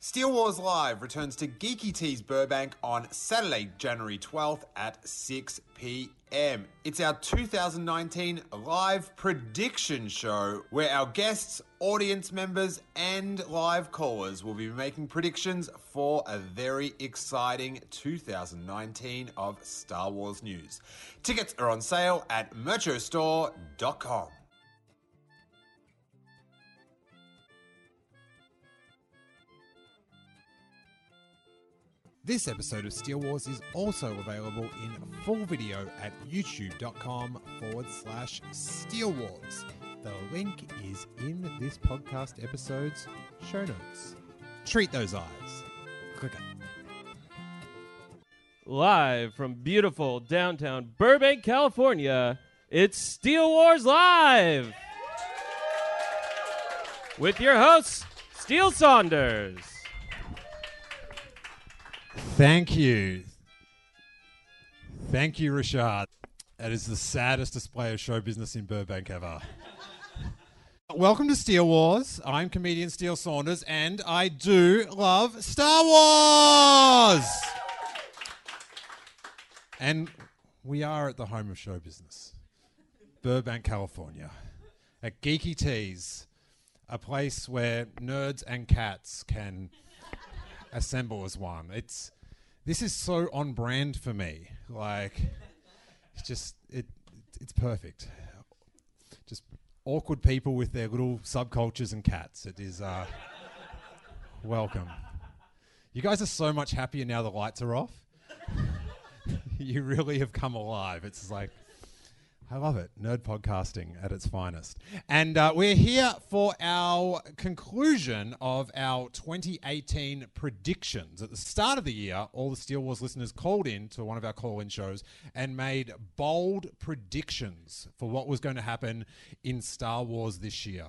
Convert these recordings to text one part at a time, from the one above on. Steel Wars Live returns to Geeky Tees Burbank on Saturday, January 12th at 6 p.m. It's our 2019 live prediction show where our guests, audience members, and live callers will be making predictions for a very exciting 2019 of Star Wars news. Tickets are on sale at merchostore.com. This episode of Steel Wars is also available in full video at youtube.com forward slash Steel Wars. The link is in this podcast episode's show notes. Treat those eyes. Click it. Live from beautiful downtown Burbank, California, it's Steel Wars Live! With your hosts, Steel Saunders. Thank you. Thank you, Rashad. That is the saddest display of show business in Burbank ever. Welcome to Steel Wars. I'm comedian Steel Saunders, and I do love Star Wars. And we are at the home of show business, Burbank, California, at Geeky Tees, a place where nerds and cats can assemble as one. It's this is so on brand for me. Like it's just it it's perfect. Just awkward people with their little subcultures and cats. It is uh welcome. You guys are so much happier now the lights are off. you really have come alive. It's like I love it. Nerd podcasting at its finest. And uh, we're here for our conclusion of our 2018 predictions. At the start of the year, all the Steel Wars listeners called in to one of our call in shows and made bold predictions for what was going to happen in Star Wars this year.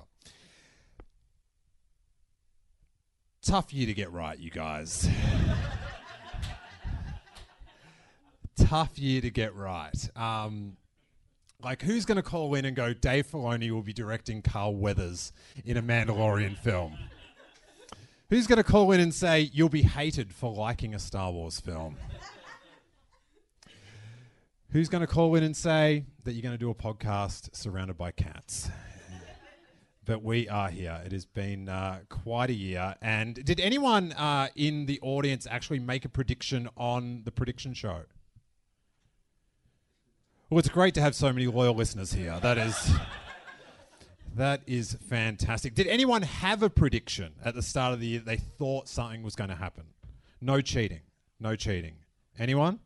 Tough year to get right, you guys. Tough year to get right. Um, like, who's going to call in and go, Dave Filoni will be directing Carl Weathers in a Mandalorian film? Who's going to call in and say, you'll be hated for liking a Star Wars film? who's going to call in and say that you're going to do a podcast surrounded by cats? But we are here. It has been uh, quite a year. And did anyone uh, in the audience actually make a prediction on the prediction show? Well, it's great to have so many loyal listeners here. That is that is fantastic. Did anyone have a prediction at the start of the year they thought something was going to happen? No cheating. No cheating. Anyone?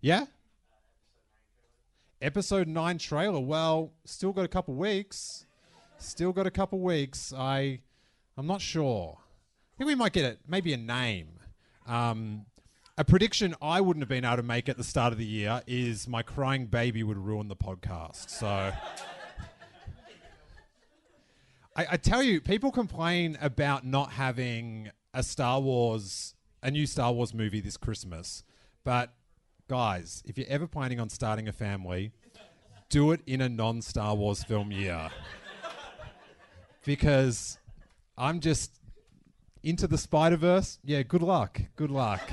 Yeah? Episode 9 trailer. Well, still got a couple weeks. Still got a couple weeks. I I'm not sure. I think we might get it. Maybe a name. Um, a prediction I wouldn't have been able to make at the start of the year is my crying baby would ruin the podcast. So I, I tell you, people complain about not having a Star Wars, a new Star Wars movie this Christmas. But guys, if you're ever planning on starting a family, do it in a non Star Wars film year. because I'm just into the Spider Verse. Yeah, good luck. Good luck.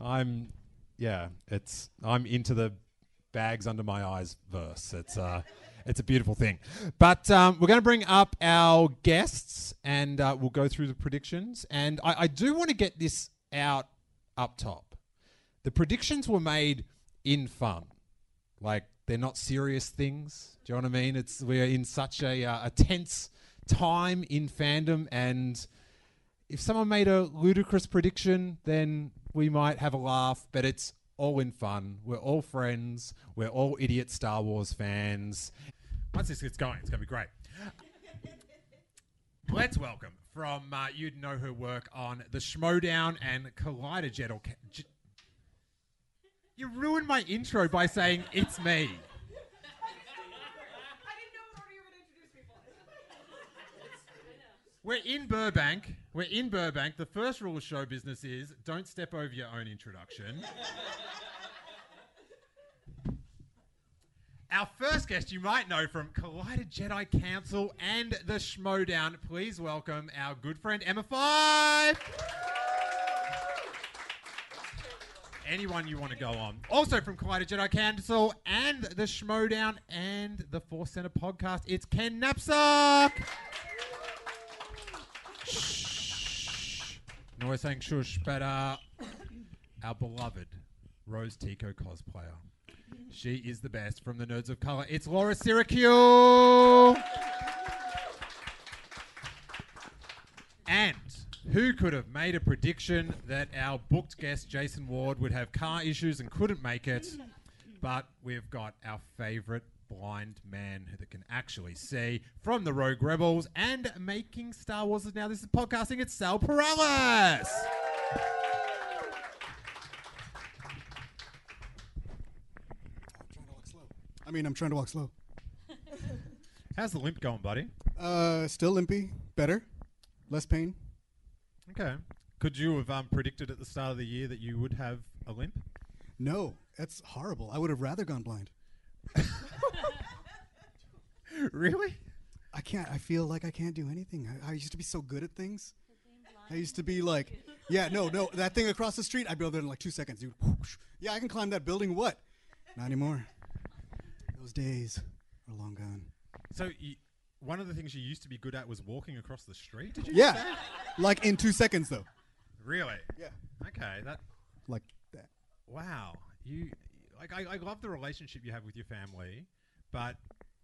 I'm, yeah, it's I'm into the bags under my eyes verse. It's uh, it's a beautiful thing. But um, we're going to bring up our guests and uh, we'll go through the predictions. And I, I do want to get this out up top. The predictions were made in fun, like they're not serious things. Do you know what I mean? It's we're in such a uh, a tense time in fandom and if someone made a ludicrous prediction, then we might have a laugh, but it's all in fun. We're all friends. We're all idiot Star Wars fans. Once this gets going, it's going to be great. Let's welcome from uh, you'd know her work on the Schmodown and Collider Jet. Or ca- j- you ruined my intro by saying it's me. We're in Burbank. We're in Burbank. The first rule of show business is don't step over your own introduction. Our first guest you might know from Collider Jedi Council and the Schmodown. Please welcome our good friend Emma Five. Anyone you want to go on. Also from Collider Jedi Council and the Schmodown and the Force Center podcast, it's Ken Knapsack. Shh. No, we're saying shush, but uh, our beloved Rose Tico cosplayer. She is the best from the Nerds of Color. It's Laura Syracuse. And who could have made a prediction that our booked guest Jason Ward would have car issues and couldn't make it? But we've got our favorite blind man who that can actually see from the Rogue Rebels and making Star Wars is now this is podcasting. It's Sal Paralis. I mean, I'm trying to walk slow. How's the limp going, buddy? Uh, still limpy, better, less pain. Okay. Could you have um, predicted at the start of the year that you would have a limp? No, that's horrible. I would have rather gone blind. really? I can't. I feel like I can't do anything. I, I used to be so good at things. I used to be like, yeah, no, no, that thing across the street, I'd be over there in like two seconds, dude. Whoosh. Yeah, I can climb that building. What? Not anymore. Those days are long gone. So, you, one of the things you used to be good at was walking across the street. Did you? Yeah, like in two seconds though. Really? Yeah, Okay. That. like that. Wow. You like I, I love the relationship you have with your family, but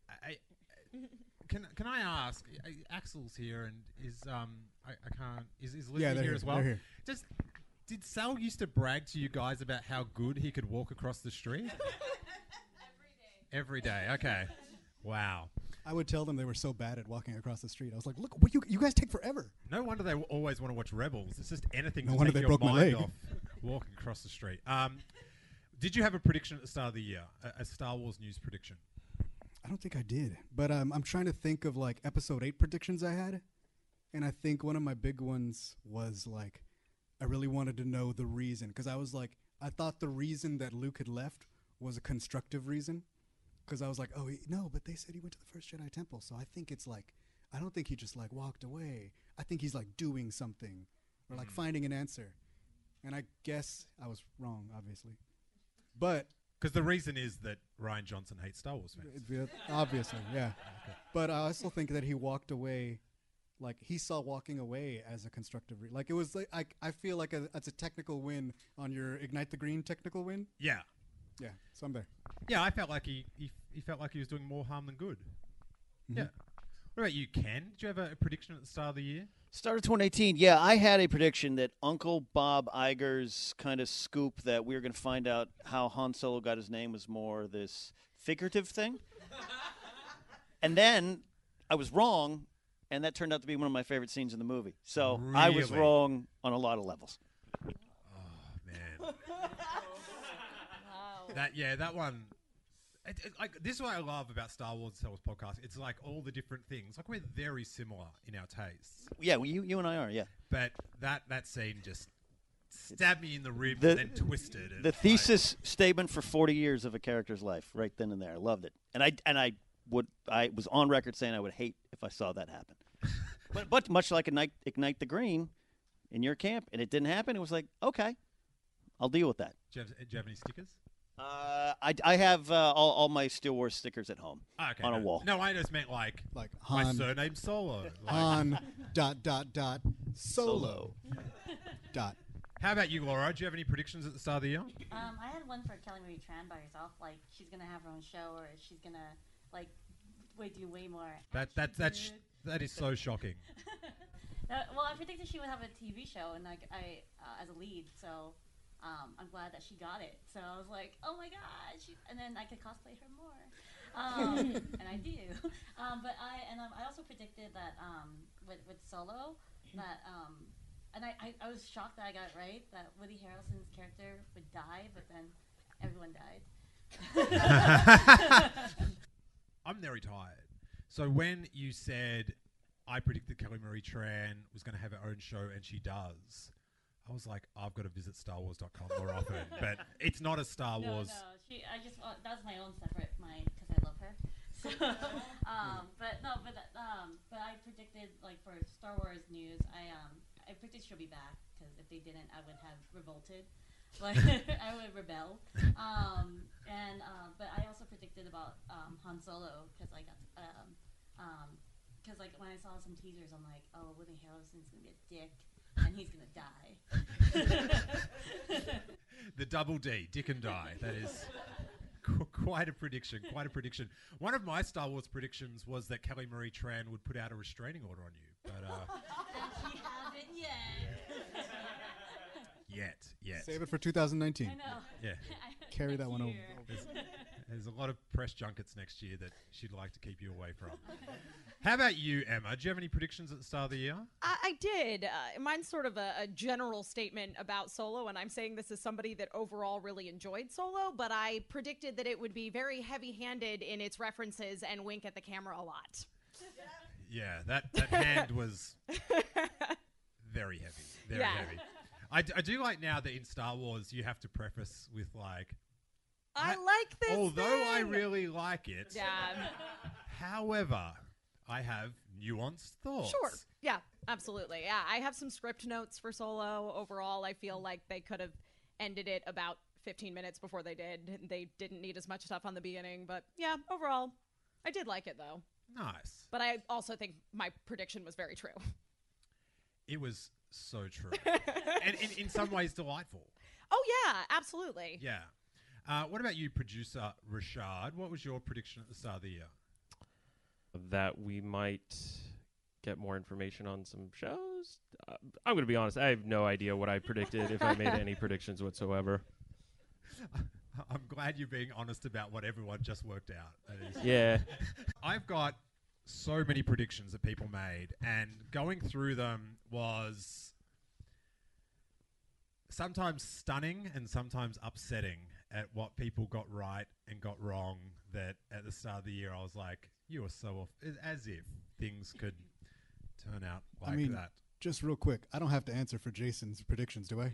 I, I can can I ask? I, Axel's here, and is um I, I can't is is Lizzie Yeah, here, they're here, as well? they're here. Just did Sal used to brag to you guys about how good he could walk across the street? Every day. Every day. Okay. Wow. I would tell them they were so bad at walking across the street. I was like, look, what you you guys take forever. No wonder they w- always want to watch Rebels. It's just anything No to wonder take they your broke my mind leg. off walking across the street. Um, did you have a prediction at the start of the year? A, a Star Wars news prediction? I don't think I did, but um, I'm trying to think of like episode eight predictions I had, and I think one of my big ones was like, I really wanted to know the reason because I was like, I thought the reason that Luke had left was a constructive reason, because I was like, oh he, no, but they said he went to the first Jedi temple, so I think it's like, I don't think he just like walked away. I think he's like doing something, or like finding an answer, and I guess I was wrong, obviously, but Because the reason is that Ryan Johnson hates Star Wars fans. It'd be- Obviously, yeah. But I also think that he walked away, like he saw walking away as a constructive, re- like it was like I, I feel like a, it's a technical win on your ignite the green technical win. Yeah, Yeah, so I'm there. yeah. I felt like he he, he felt like he was doing more harm than good. Mm-hmm. Yeah. What about you, Ken? Did you have a, a prediction at the start of the year? Start of 2018. Yeah, I had a prediction that Uncle Bob Iger's kind of scoop that we were going to find out how Han Solo got his name was more this figurative thing. and then I was wrong, and that turned out to be one of my favorite scenes in the movie. So I was Really? wrong on a lot of levels. Oh, man. That yeah, that one. It, it- like this is what I love about Star Wars and Star Wars podcast. It's like all the different things. Like we're very similar in our tastes, Yeah, well, you, you and I are, yeah. but that that scene just stabbed me in the rib The- and then twisted. It's The like- thesis statement for 40 years of a character's life, right then and there. I loved it. And I and I would I was on record saying I would hate if I saw that happen. but but much like ignite, ignite the green in your camp, and it didn't happen. It was like okay, I'll deal with that. do, you have, do you have any stickers? Uh, I, I have uh, all, all my Steel Wars stickers at home Ah, okay, on a no. wall. No, I just meant like Like my Han, surname Solo. Like, Han, dot dot dot, solo, dot. How about you, Laura? Do you have any predictions at the start of the year? Um, I had one for Kelly Marie Tran by herself. Like she's gonna have her own show, or she's gonna like way do way more. That action that that's sh- food. that is so shocking. Uh, well, I predicted she would have a TV show, and like I uh, as a lead, so um, I'm glad that she got it. So I was like, oh my god, she, and then I could cosplay her more, um, and I do. Um, but I and um, I also predicted that um, with with, with Solo that um, and I, I, I was shocked that I got it right that Woody Harrelson's character would die, but then everyone died. I'm very tired. So when you said I predicted Kelly Marie Tran was going to have her own show and she does, I was like, I've got to visit StarWars.com more often, but it's not a Star No, Wars. no, she. I just want, that was my own separate mind because I love her. So, um, but no, but that- um, but I predicted like for Star Wars news, I um, I predicted she'll be back because if they didn't, I would have revolted. Like I would rebel. Um, and uh, but I also predicted about um, Han Solo because I got um, um 'cause because like when I saw some teasers, I'm like, oh, Woody Harrelson's gonna be a dick and he's gonna die. The double D, Dick and Die. That is qu- quite a prediction. Quite a prediction. One of my Star Wars predictions was that Kelly Marie Tran would put out a restraining order on you, but uh, and she haven't yet. yet, yet, Save it for 2019. I know. yeah. Carry that Next one over. year. There's, there's a lot of press junkets next year that she'd like to keep you away from. How about you, Emma? Do you have any predictions at the start of the year? I, I did. Uh, mine's sort of a, a general statement about Solo, and I'm saying this as somebody that overall really enjoyed Solo, but I predicted that it would be very heavy handed in its references and wink at the camera a lot. Yeah, that, that hand was very heavy. Very Yeah. heavy. I, d- I do like now that in Star Wars you have to preface with like, I, I- like this. although I thing." really like it, Yeah. however, I have nuanced thoughts. Sure. Yeah, absolutely. Yeah, I have some script notes for Solo. Overall, I feel like they could have ended it about 15 minutes before they did. They didn't need as much stuff on the beginning, but yeah, overall, I did like it though. Nice. But I also think my prediction was very true. It was so true. and in, in some ways delightful. Oh yeah, absolutely. Yeah. Uh, what about you, producer Rashad? What was your prediction at the start of the year? that we might get more information on some shows. Uh, I'm going to be honest. I have no idea what I predicted if I made any predictions whatsoever. I'm glad you're being honest about what everyone just worked out. That is- Yeah. I've got so many predictions that people made, and going through them was sometimes stunning and sometimes upsetting at what people got right and got wrong. That at the start of the year, I was like, you are so off, as if things could turn out like I mean, that. just real quick, I don't have to answer for Jason's predictions, do I?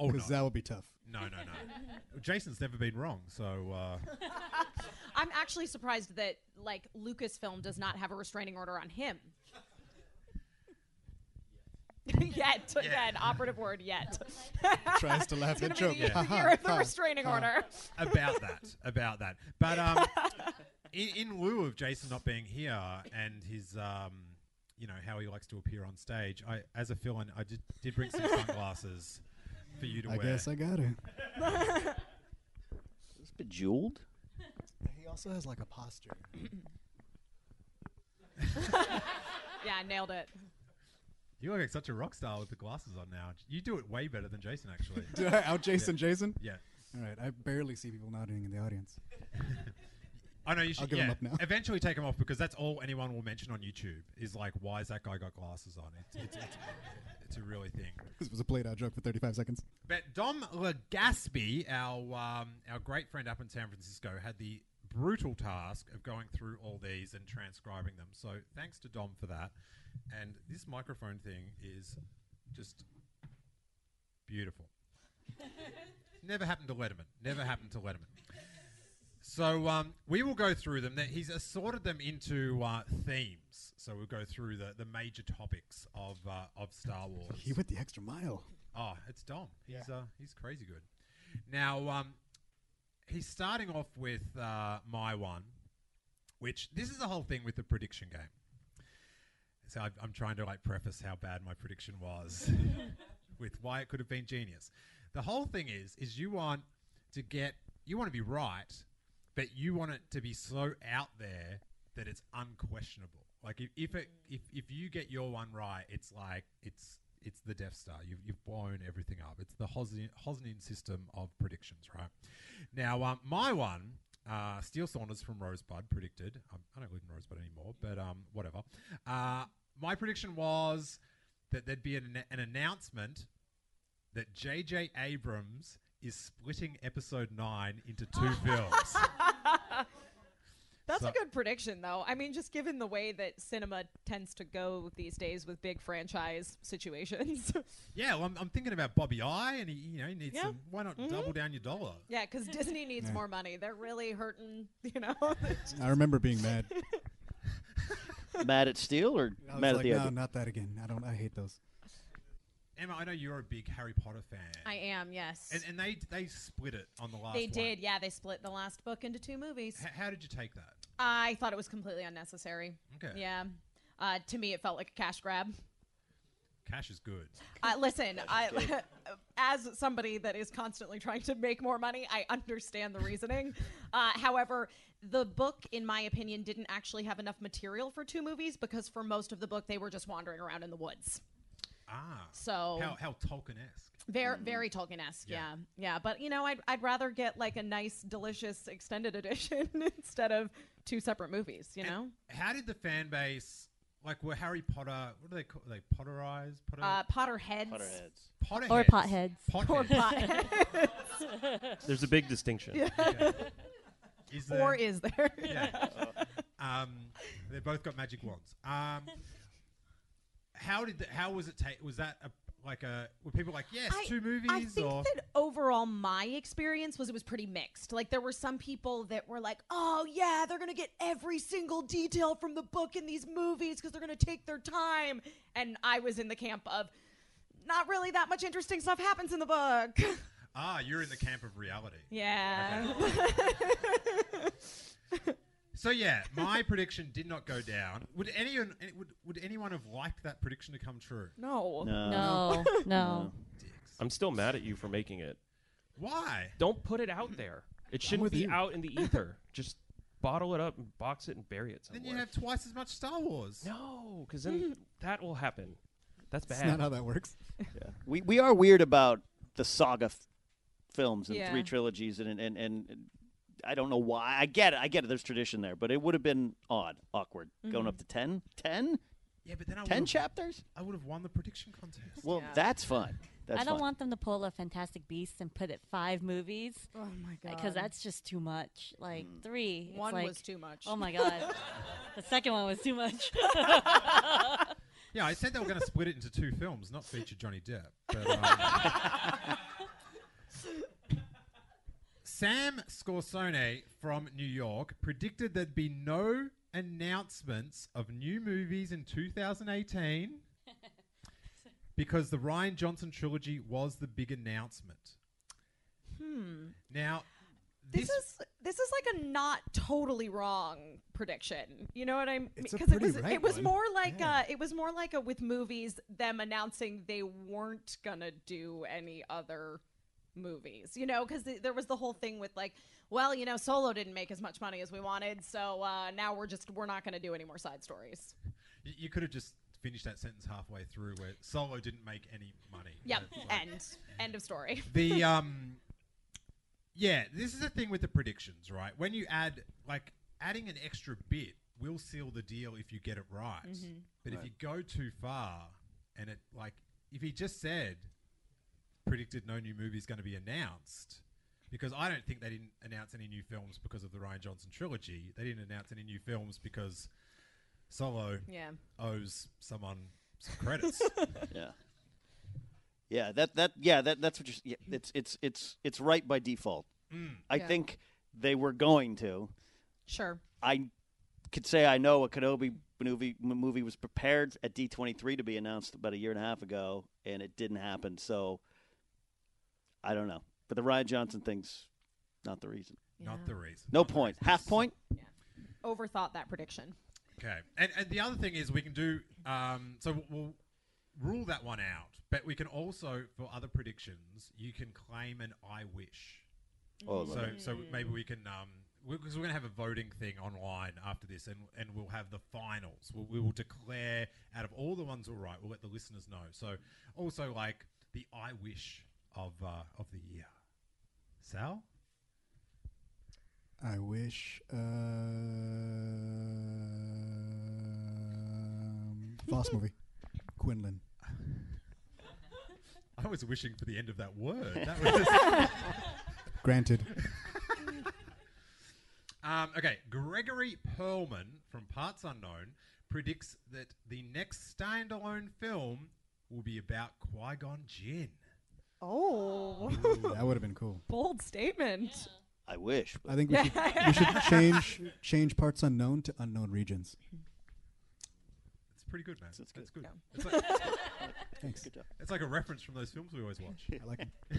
Oh, no. Because that would be tough. No, no, no. Jason's never been wrong, so uh, I'm actually surprised that like Lucasfilm does not have a restraining order on him. yet, yeah, an operative word yet. Tries to laugh and It's gonna choke. be the Ha, year ha, of the ha. restraining order. about that, about that. But um, in, in lieu of Jason not being here and his, um, you know, how he likes to appear on stage, I, as a fill-in, I did, did bring some sunglasses for you to I wear. guess I got it. It's bejeweled. He also has like a posture. Yeah, nailed it. you look like such a rock star with the glasses on now. You do it way better than Jason, actually. Did I out Jason Jason? yeah. All right, I barely see people nodding in the audience. I know you should. give yeah, 'em up now. Eventually, take them off because that's all anyone will mention on YouTube is like, "Why is that guy got glasses on?" It's it's, it's, it's a really thing. This was a played out joke for 35 seconds. But Dom Legaspi, our um, our great friend up in San Francisco, had the brutal task of going through all these and transcribing them. So thanks to Dom for that. And this microphone thing is just beautiful. Never happened to Letterman. Never happened to Letterman. So um, we will go through them. That He's assorted them into uh, themes. So we'll go through the, the major topics of uh, of Star Wars. He went the extra mile. Oh, it's Dom. He's uh, he's crazy good. Now, um, he's starting off with uh, my one, which this is the whole thing with the prediction game. So i I'm trying to like preface how bad my prediction was with why it could have been genius. The whole thing is, is you want to get, you want to be right, but you want it to be so out there that it's unquestionable. Like if if it, if, if you get your one right, it's like it's it's the Death Star. You've, you've blown everything up. It's the Hosnian, Hosnian system of predictions, right? Now, um, my one, uh, Steel Saunders from Rosebud predicted. Um, I don't live in Rosebud anymore, but um, whatever. Uh, my prediction was that there'd be an, an announcement that J.J. Abrams is splitting Episode Nine into two films. That's So- a good prediction, though. I mean, just given the way that cinema tends to go these days with big franchise situations. Yeah, well, I'm, I'm thinking about Bobby I, and he, you know, he needs Yeah. Mm-hmm. some. Why not double down your dollar? yeah, because Disney needs Yeah. more money. They're really hurting, you know? I remember being mad. mad at Steel or I was mad at like, the no, idea? not that again. I don't. I hate those. Emma, I know you're a big Harry Potter fan. I am, yes. And, and they they split it on the last. they one. did, yeah. They split the last book into two movies. H- how did you take that? I thought it was completely unnecessary. Okay. Yeah. Uh, to me, it felt like a cash grab. Cash is good. Uh, listen, I, as somebody that is constantly trying to make more money, I understand the reasoning. Uh, however, the book, in my opinion, didn't actually have enough material for two movies because for most of the book, they were just wandering around in the woods. Ah. So How how Tolkien esque. very, very Tolkien-esque. Yeah. Yeah. yeah, But you know, I'd I'd rather get like a nice, delicious extended edition instead of two separate movies. You know, How did the fan base like? Were Harry Potter? What do they call? They Potterized? Potter, uh, Potterheads. Potterheads. Potterheads. Or potheads. Or, Potheads. pot- There's a big distinction. Okay. Is there, or is there? yeah. um, they both got magic wands. Um, how did the, how was it take? Was that a, like a were people like yes I- two movies I think or that overall my experience was it was pretty mixed. Like there were some people that were like, "Oh yeah, they're going to get every single detail from the book in these movies because they're going to take their time." And I was in the camp of not really that much interesting stuff happens in the book. ah you're in the camp of reality? yeah. So yeah, my prediction did not go down. Would anyone any- would, would anyone have liked that prediction to come true? no. No. No, no. I'm still mad at you for making it. Why? Don't put it out there. It shouldn't with be you. out in the ether. Just bottle it up and box it and bury it somewhere. Then you have twice as much Star Wars. no, because then that will happen. That's That's not bad. how that works. We we are weird about the saga f- films and Yeah. three trilogies and, and and I don't know why. I get it. I get it. There's tradition there, but it would have been odd, awkward going up to 10? 10? Yeah, but then I 10 would have, chapters. I would have won the prediction contest. Well, Yeah. that's fun. That's I don't fun. want them to pull a Fantastic Beasts and put it five movies Oh my god. because that's just too much. Like three. it's one like, was too much. Oh my god. the second one was too much. Yeah, I said they were going to split it into two films, not feature Johnny Depp. But, um, Sam Scorsone from New York predicted there'd be no announcements of new movies in 2018 because the Ryan Johnson trilogy was the big announcement. Hmm. Now, this, this, is this is like a not totally wrong prediction. You know what I mean? It's a it pretty was right it was one. more like Yeah. uh it was more like a with movies them announcing they weren't gonna do any other movies. You know, because there was the whole thing with like, well, you know, Solo didn't make as much money as we wanted, so uh, now we're just we're not gonna do any more side stories. y- you could have just finished that sentence halfway through where Solo didn't make any money. Yep. That's like- End. End of story. the um yeah this is the thing with the predictions right when you add like adding an extra bit will seal the deal if you get it right but if you go too far and it like if he just said predicted no new movie is going to be announced because I don't think they didn't announce any new films because of the Ryan Johnson trilogy. They didn't announce any new films because Solo Yeah. owes someone some credits. Yeah. Yeah, that that yeah, that that's what you're s- yeah, it's it's it's it's right by default. I Yeah. think they were going to. Sure. I could say I know a Kenobi movie m- movie was prepared at D23 to be announced about a year and a half ago and it didn't happen. So I don't know. But the Ryan Johnson thing's not the reason. Not the reason. No Not the point. reason. Half This- point. Overthought that prediction. Okay, and and the other thing is we can do um, so we'll- we'll rule that one out, but we can also for other predictions you can claim an I wish. Oh, So so maybe we can um because we're gonna have a voting thing online after this, and and we'll have the finals. We'll, we will declare out of all the ones we're right. We'll let the listeners know. So also like the I wish of uh, of the year. Sal, I uh, wish. Um, Foss movie. Quinlan. I was wishing for the end of that word. That was just- Granted. um, okay, Gregory Perlman from Parts Unknown predicts that the next standalone film will be about Qui Gon Jinn. Oh, that would have been cool. bold statement. I wish. I think we should, we should change change parts unknown to unknown regions. It's pretty good, man. That's That's good. good. It's, like, Thanks. Good job. it's like a reference from those films we always watch. I like it.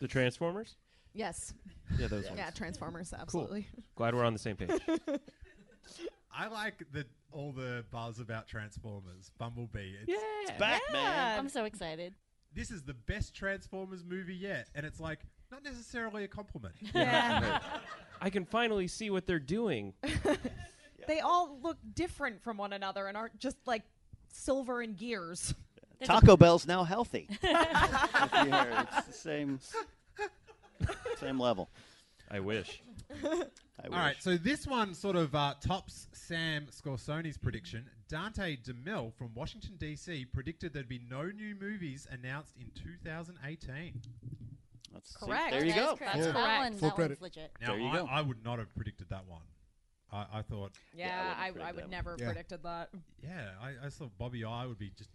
The Transformers? Yes. Yeah, those ones. Yeah, Transformers, absolutely. Glad we're on the same page. I like the all the buzz about Transformers, Bumblebee. It's, Yeah. back, man. I'm so excited. This is the best Transformers movie yet, and it's like not necessarily a compliment. Yeah. I can finally see what they're doing. they all look different from one another and aren't just like silver and gears. Taco Bell's now healthy. If you heard, it's the same same level. I wish. I wish. All right, so this one sort of uh, tops Sam Scorsone's prediction. Dante DeMille from Washington D.C. predicted there'd be no new movies announced in 2018. That's Correct. there you That is go. correct. Full- That one, Full that one's credit. legit. Now, There you I, go. I would not have predicted that one. I, I thought, Yeah, Yeah, I I, wouldn't I, predict that would one. never Yeah. predicted that. yeah, I, I thought Bobby I would be just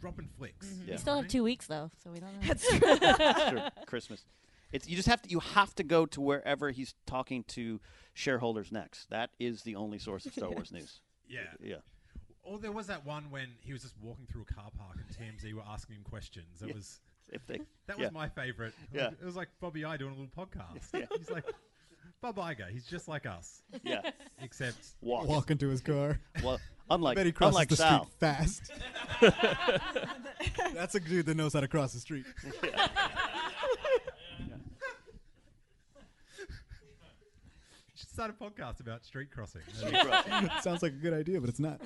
dropping flicks. Yeah. We Mm-hmm. still have two weeks though, so we don't know. That's true. Sure, Christmas. It's you just have to you have to go to wherever he's talking to shareholders next. That is the only source of Star Wars news. Yeah. Yeah. Or there was that one when he was just walking through a car park and TMZ were asking him questions. That was If they that yeah. was my favorite. Yeah. It was like Bobby I doing a little podcast. He's like Bob Iger. He's just like us, yeah. except Walk. Walk into his car. Well, unlike Bet he crosses unlike the Sal. street fast. That's a dude that knows how to cross the street. he should start a podcast about street crossing. Sounds like a good idea, but it's not.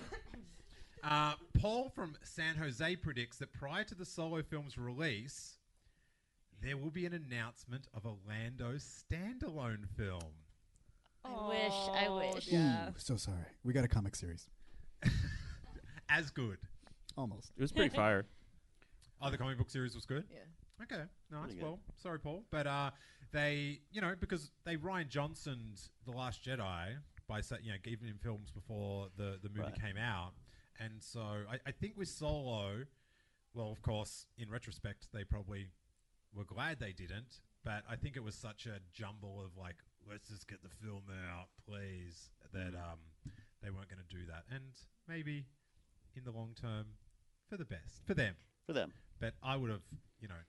Uh, Paul from San Jose predicts that prior to the solo film's release, there will be an announcement of a Lando standalone film. I wish, I Oh, wish. Yeah. Ooh, so sorry. We got a comic series. As good. Almost. It was pretty fire. Oh, the comic book series was good? Yeah. Okay, nice. good. Well, sorry, Paul, but uh, they, you know, because they Ryan Johnson's The Last Jedi by sa- you know giving him films before the the movie Right. came out, and so I, I think with Solo, well, of course, in retrospect, they probably were glad they didn't, but I think it was such a jumble of like, let's just get the film out, please, that Mm. um, they weren't going to do that, and maybe in the long term, for the best for them For them. but I would have, you know,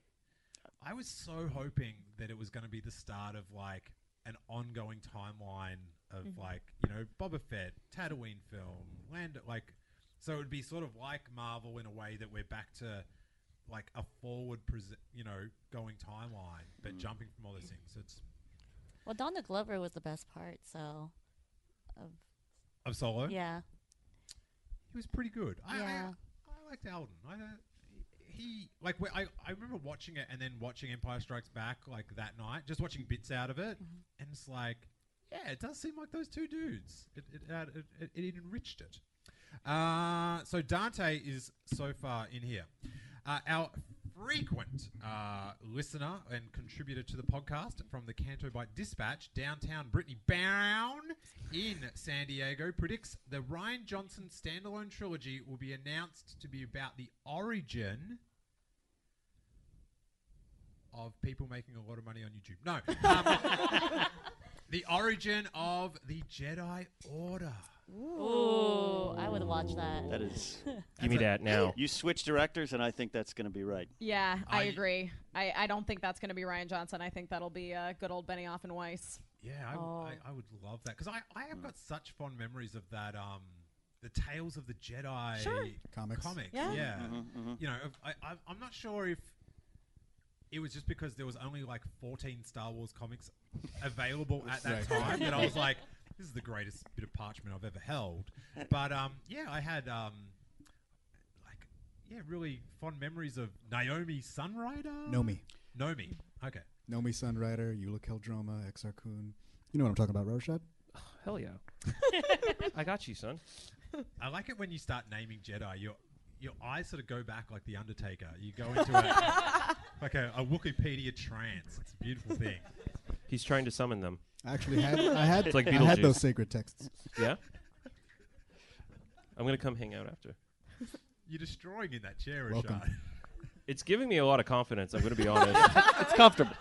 I was so hoping that it was going to be the start of like an ongoing timeline of like, you know, Boba Fett, Tatooine film, land like, so it would be sort of like Marvel in a way that we're back to like a forward, pres- you know, going timeline, but jumping from all those things. It's Well, Donna Glover was the best part, so of Solo. yeah. He was pretty good. I, Yeah. I, I liked Alden. I, uh, he like wh- I, I remember watching it and then watching Empire Strikes Back like that night, just watching bits out of it, and it's like, yeah, it does seem like those two dudes. It it add- it, it, it enriched it. Uh, so Dante is so far in here. Uh, our frequent uh, listener and contributor to the podcast from the Canto Bite Dispatch, downtown Brittany Brown in San Diego, predicts the Ryan Johnson standalone trilogy will be announced to be about the origin of people making a lot of money on YouTube. No. um, the origin of the Jedi Order. Ooh, I would watch that. That is Give me that Oh. now. you switch directors and I think that's gonna be right. Yeah, I, I- agree. I, I don't think that's going to be Ryan Johnson. I think that'll be uh, good old Benioff and Weiss. Yeah, I, Oh. I, I would love that because I, I Mm. have got such fond memories of that um the Tales of the Jedi Sure. Comics. Mm-hmm, comic. Yeah. Yeah, Mhm, mhm. you know, if- I, I I'm not sure if it was just because there was only like 14 Star Wars comics available at that Right. time that I was like, this is the greatest bit of parchment I've ever held. But um, yeah, I had um. like Yeah, really fond memories of Naomi Sunrider. Nomi. Nomi. Okay. Nomi Sunrider, Eula Keldroma, Exar Kun. You know what I'm talking about, Rorschach? Hell yeah. I got you, son. I like it when you start naming Jedi. Your your eyes sort of go back like the Undertaker. You go into a, like a, a Wikipedia trance. It's a beautiful thing. He's trying to summon them. I actually had I had It's like I had Beetlejuice. those sacred texts. Yeah. I'm gonna come hang out after. You're destroying in that chair, Welcome. Rashad. It's giving me a lot of confidence. I'm gonna be honest. It's comfortable.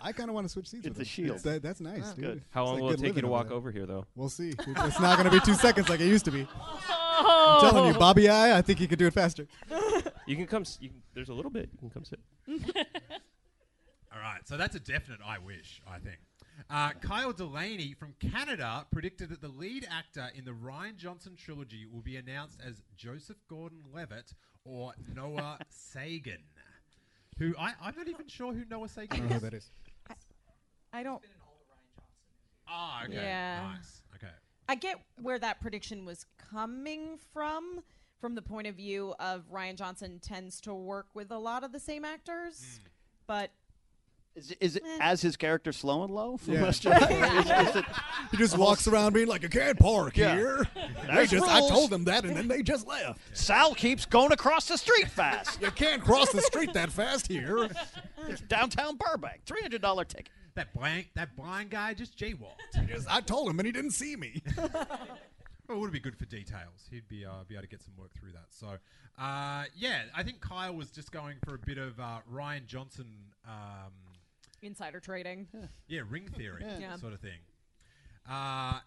I kind of want to switch seats. It's with a him. shield. It's that- that's nice, dude. good. How It's long like will it good take you living to walk there. over here, though? We'll see. It- It's not going to be two seconds like it used to be. I'm telling you, Oh. Bobby I, I think he could do it faster. You can come. s- You can, there's a little bit. You can come sit. All right, so that's a definite I wish, I think. Uh, Kyle Delaney from Canada predicted that the lead actor in the Ryan Johnson trilogy will be announced as Joseph Gordon Levitt or Noah Sagan. Who I, I'm not even sure who Noah I Sagan don't know who is. that is. I don't. Ah, okay. Yeah. Nice. Okay. I get where that prediction was coming from, from the point of view of Ryan Johnson tends to work with a lot of the same actors, but Is, is it as his character slow and low from Yeah. Last Jedi? Is- is it- He just walks around being like, "You can't park Uh-huh. Yeah. here." They There's just, I rules. told them that, and then they just left. Sal keeps going across the street fast. You can't cross the street that fast here. It's downtown Burbank, three hundred dollar ticket. That blank, that blind guy just jaywalked. Just- I told him, and he didn't see me. Well, it would be good for details. He'd be uh, be able to get some work through that. So, uh, yeah, I think Kyle was just going for a bit of uh, Ryan Johnson, um, insider trading. yeah, ring theory Yeah. sort of thing. Uh,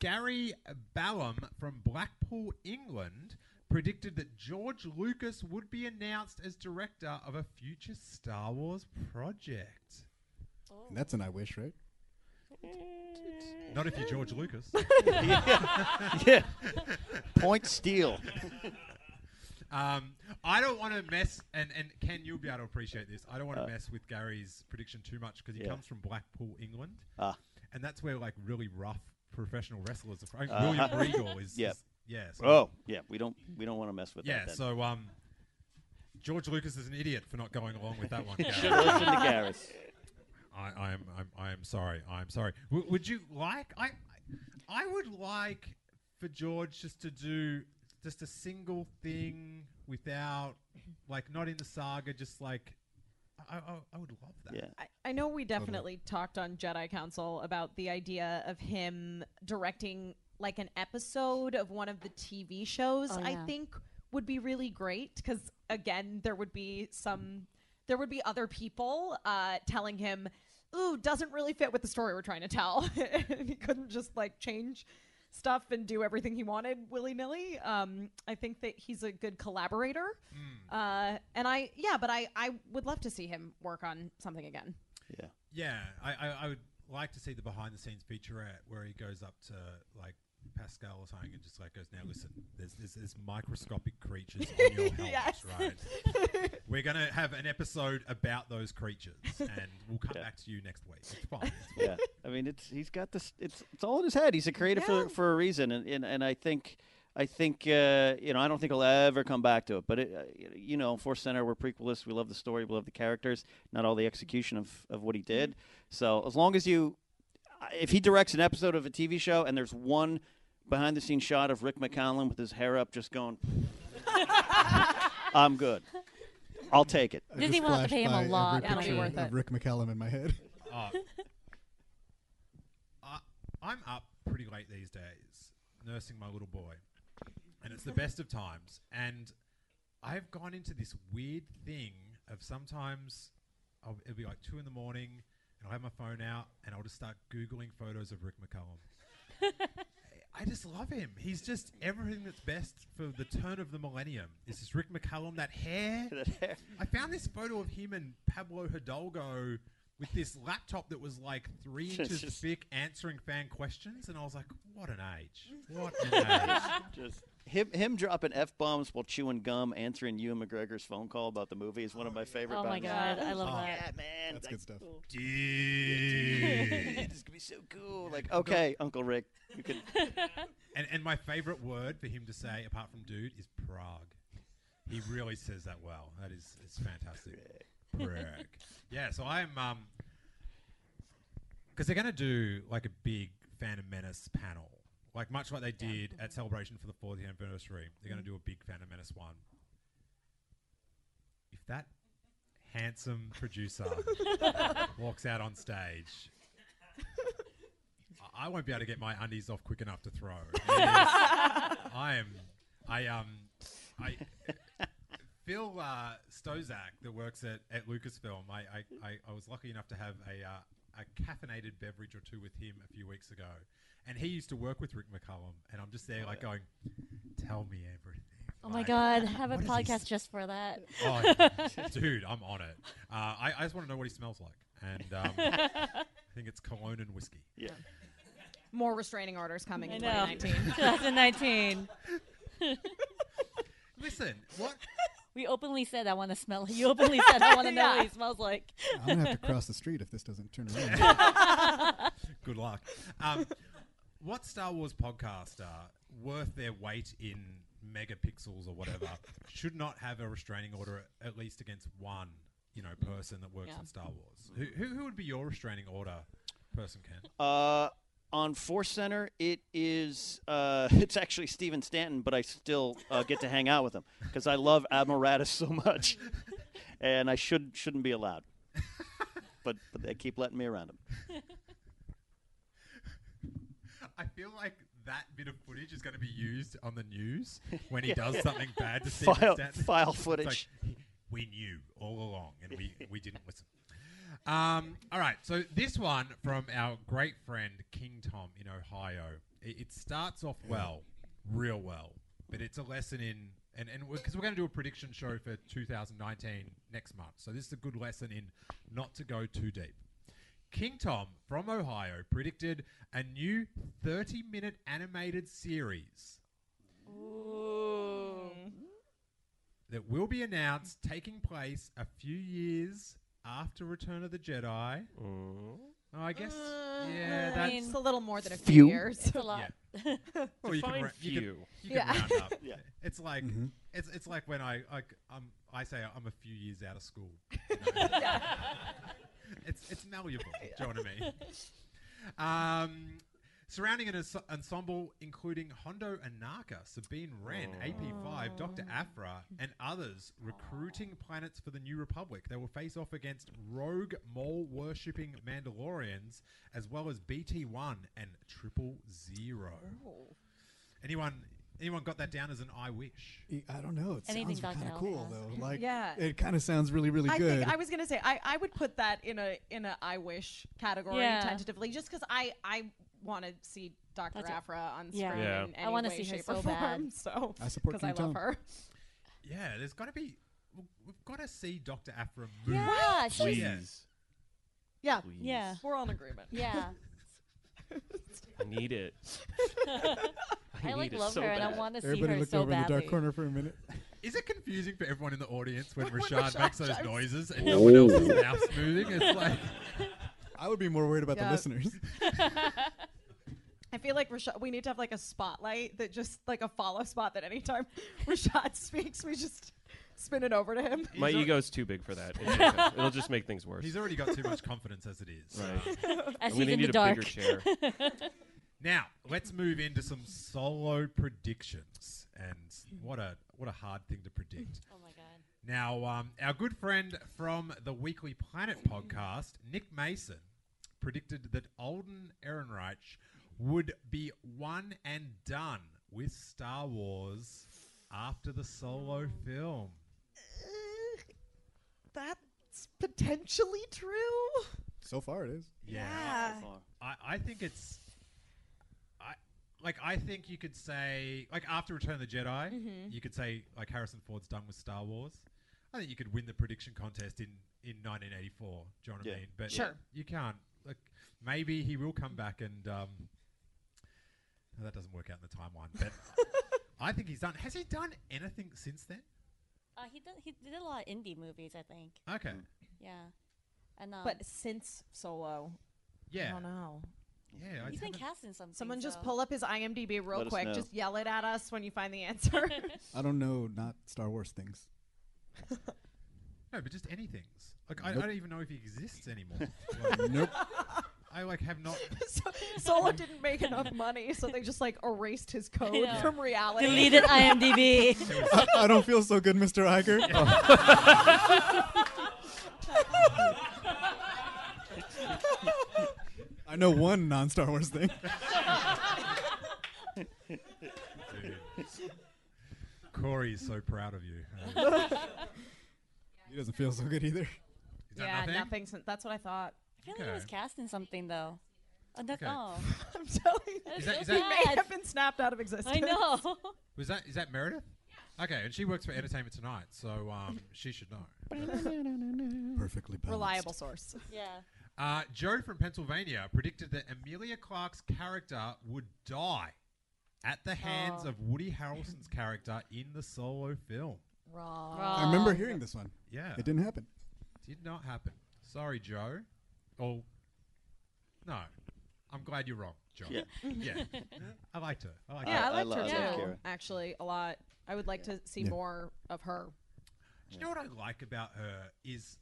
Gary Ballum from Blackpool, England, predicted that George Lucas would be announced as director of a future Star Wars project. That's an I wish, right? Not if you're George Lucas. Yeah. Point steal. Um, I don't want to mess, and, and Ken, you'll be able to appreciate this. I don't want to mess with Gary's prediction too much because he Uh. yeah. comes from Blackpool, England, Ah. and that's where like really rough professional wrestlers are from. I think William Regal is. Uh. Yep. is- yeah. So, Oh, yeah. We don't we don't want to mess with Yeah. that. Then. So um, George Lucas is an idiot for not going along with that one. Gary. should listen to Gareth. I, I am I'm, I am sorry. I'm sorry. W- would you like I I- I would like for George just to do just a single thing without like not in the saga just like I, I, I would love that. Yeah. I, I know we definitely talked on Jedi Council about the idea of him directing like an episode of one of the TV shows. Oh, I yeah. think would be really great because again, there would be some, there would be other people uh, telling him, "Ooh, doesn't really fit with the story we're trying to tell." he couldn't just like change stuff and do everything he wanted willy nilly. Um, I think that he's a good collaborator. Uh, and I, yeah, but I, I would love to see him work on something again. Yeah. Yeah, I, I, I would like to see the behind the scenes featurette where he goes up to like Pascal or something and just like goes, now listen, there's there's, there's microscopic creatures on your helmets, Yes. right? We're gonna have an episode about those creatures, and we'll come Yeah. back to you next week. It's fine. It's fine. yeah. I mean, it's he's got this. It's it's all in his head. He's a creative for, for a reason, and and, and I think. I think uh, you know. I don't think I'll ever come back to it, but it, uh, you know, Force Center. We're prequelists. We love the story. We love the characters. Not all the execution of, of what he did. So as long as you, I- if he directs an episode of a TV show and there's one behind the scenes shot of Rick McCallum with his hair up, just going, I'm good. I'll take it. I Disney just will have to flashed pay him a by every lot. That'll be picture worth of it. Rick McCallum in my head. Uh, I, I'm up pretty late these days, nursing my little boy, and it's the best of times. And I've gone into this weird thing of sometimes I'll, it'll be like two in the morning, and I'll have my phone out, and I'll just start googling photos of Rick McCollum. I just love him. He's just everything that's best for the turn of the millennium. Is this Rick McCallum? That hair? That hair. I found this photo of him and Pablo Hidalgo with this laptop that was like three inches Just- thick, answering fan questions, and I was like, "What an age! What an age!" Just him, him dropping f bombs while chewing gum, answering Ewan McGregor's phone call about the movie is one of my favorite. Oh my bits. god, I love Oh. that. yeah, man, That's good stuff. Dude. This is gonna be so cool. Like, okay, Uncle Rick, you can. and and my favorite word for him to say, apart from "dude," is Prague. He really says that well. That is it's fantastic. Prague. Yeah. So I'm um because they're gonna do like a big Phantom Menace panel Like much like they did at Celebration for the 40th anniversary, they're going to do a big Phantom Menace one. If that handsome producer walks out on stage, I- I won't be able to get my undies off quick enough to throw. It is- I am, I um, I Phil uh, Stozak that works at, at Lucasfilm. I, I, I, I was lucky enough to have a uh, a caffeinated beverage or two with him a few weeks ago, and he used to work with Rick McCullum, and I'm just there like going, "Tell me everything." Oh my Like, god, have a what does he podcast just for that. Oh, dude, I'm on it. Uh, I, I just want to know what he smells like, and um, I think it's cologne and whiskey. Yeah. More restraining orders coming I in know. 2019. 2019. Listen, what? We openly said I want to smell. You openly said I want to know what he smells like. I'm gonna have to cross the street if this doesn't turn around. Good luck. Um, what Star Wars podcaster worth their weight in megapixels or whatever should not have a restraining order at- at least against one, you know, person that works in Star Wars? Who, who, who would be your restraining order person, Ken? Uh, on Force Center, it is uh, it's actually Steven Stanton, but I still uh, get to hang out with him because I love Admiratus so much, and I should shouldn't be allowed. But, but they keep letting me around him. I feel like that bit of footage is going to be used on the news when he does something bad to Steven File- Stanton. file It's footage. like, we knew all along, and we, we didn't listen. Um, all right, so this one from our great friend King Tom in Ohio. It, it starts off well, real well, but it's a lesson in and and because we're, going to do a prediction show for 2019 next month, so this is a good lesson in not to go too deep. King Tom from Ohio predicted a new 30-minute animated series that will be announced taking place a few years after Return of the Jedi. Oh, I guess. yeah, Uh, I that's. mean- It's a little more than a few, Few. years. It's a lot. well, you can, Define ra- you can, few. you can Yeah. round up. Yeah. It's like Mhm. it's it's like when I like um I say I'm a few years out of school. it's it's malleable. Do you know what I mean? Um, surrounding an ens- ensemble including Hondo Anaka, Sabine Wren, AP5, Doctor Afra, and others recruiting planets for the New Republic. They will face off against rogue mole worshipping Mandalorians, as well as BT1 and Triple Zero. Anyone anyone got that down as an I wish? E- I don't know. It Anything Dr. sounds kind of Alban cool has. though. Like, Yeah. it kind of sounds really, really I good. think I was gonna say I, I would put that in a in a I wish category Yeah. tentatively just because I I want to see Dr. That's it. Afra on Yeah. screen. Yeah. In I any wanna way, see her shape, or so bad. form, So I support 'cause King I love Tom. her. Yeah, there's got to be. w- We've got to see Doctor Afra move. Yeah, she's- Yeah. Please. Yeah, Please. Yeah. we're all in agreement. Yeah. I need it. I, I like need it love so her and I bad. want to see Everybody her looked so over in the badly. dark corner for a minute. Is it confusing for everyone in the audience when When Rashad Rashad makes those types. noises and no one else's mouth's moving? It's like I would be more worried about Yeah. the listeners. I feel like Rashad, we need to have like a spotlight that just like a follow spot that anytime Rashad speaks, we just spin it over to him. My He's al- ego's too big for that. It's okay. It'll just make things worse. he's already got too much confidence as it is. Right. As I'm he's gonna in the need a dark. bigger chair. Now let's move into some solo predictions, and what a what a hard thing to predict. Oh my god. Now, um, our good friend from the Weekly Planet podcast, Nick Mason, predicted that Alden Ehrenreich would be one and done with Star Wars after the solo film. That's potentially true. So far, it is. Yeah. I, I think it's. I Like I think you could say, like after Return of the Jedi, Mm-hmm. you could say like Harrison Ford's done with Star Wars. I think you could win the prediction contest in in 1984. Do you know what Yeah. I mean? But Sure. you can't. Like maybe he will come back and um, no, that doesn't work out in the timeline. But I think he's done. Has he done anything since then? Uh, he did. He did a lot of indie movies, I think. Okay. Yeah. And um, But since Solo, I Yeah. don't know. Yeah. I he's been haven't- cast in something. Someone just so- pull up his IMDb real Let us quick. know. Just yell it at us when you find the answer. I don't know, not Star Wars things. No, but just anything's. Like I, I Nope. don't even know if he exists anymore. nope. I like have not. So- Solo didn't make enough money, so they just like erased his code Yeah. from reality. Deleted IMDb. I, I don't feel so good, Mr. Iger. I know one non Star Wars thing. Corey is so proud of you. Uh, He doesn't feel so good either. is that yeah, nothing? nothing. since that's what I thought. I feel like he was Okay. casting something though. Oh, that's, Okay. oh. I'm telling you, That's Is that- so is that- it may bad. have been snapped out of existence. I know. Was that is that Meredith? Okay, and she works for Entertainment Tonight, so um, she should know. Perfectly balanced. Reliable source. yeah. Uh, Joe from Pennsylvania predicted that Amelia Clark's character would die at the hands Oh. of Woody Harrelson's character in the solo film. Wrong. Wrong. I remember hearing this one. Yeah, It didn't happen. did not happen. Sorry, Joe. Oh, no. I'm glad you're wrong, Joe. Yeah. yeah. I liked her. I liked her. Yeah, I, I liked love- her I love too. Kira. Actually, a lot. I would like to see Yeah. more of her. Do you know what I like about her is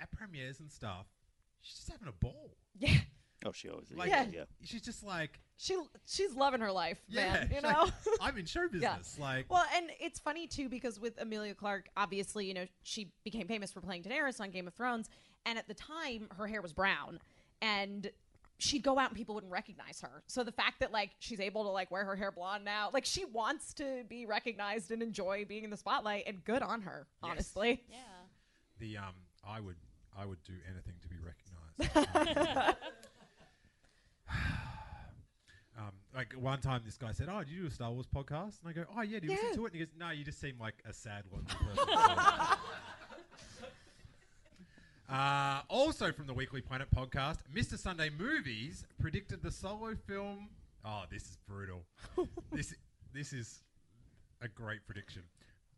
at premieres and stuff, she's just having a ball. Yeah, Oh, she always is. Like, Yeah. yeah. She's just like, she she's loving her life, yeah, man. You she's like, know. I'm in show business. Like, Well, and it's funny too because with Amelia Clark, obviously, you know, she became famous for playing Daenerys on Game of Thrones, and at the time, her hair was brown, and she'd go out and people wouldn't recognize her. So the fact that like she's able to like wear her hair blonde now, like she wants to be recognized and enjoy being in the spotlight, and good on her, Yes. honestly. Yeah. the um, I would, I would do anything to be recognized. Um, like one time, this guy said, "Oh, did you do a Star Wars podcast?" And I go, "Oh yeah, do you Yeah. listen to it?" And he goes, "No, you just seem like a sad one." person." uh, also from the Weekly Planet podcast, Mr. Sunday Movies predicted the solo film. Oh, this is brutal. this this is a great prediction.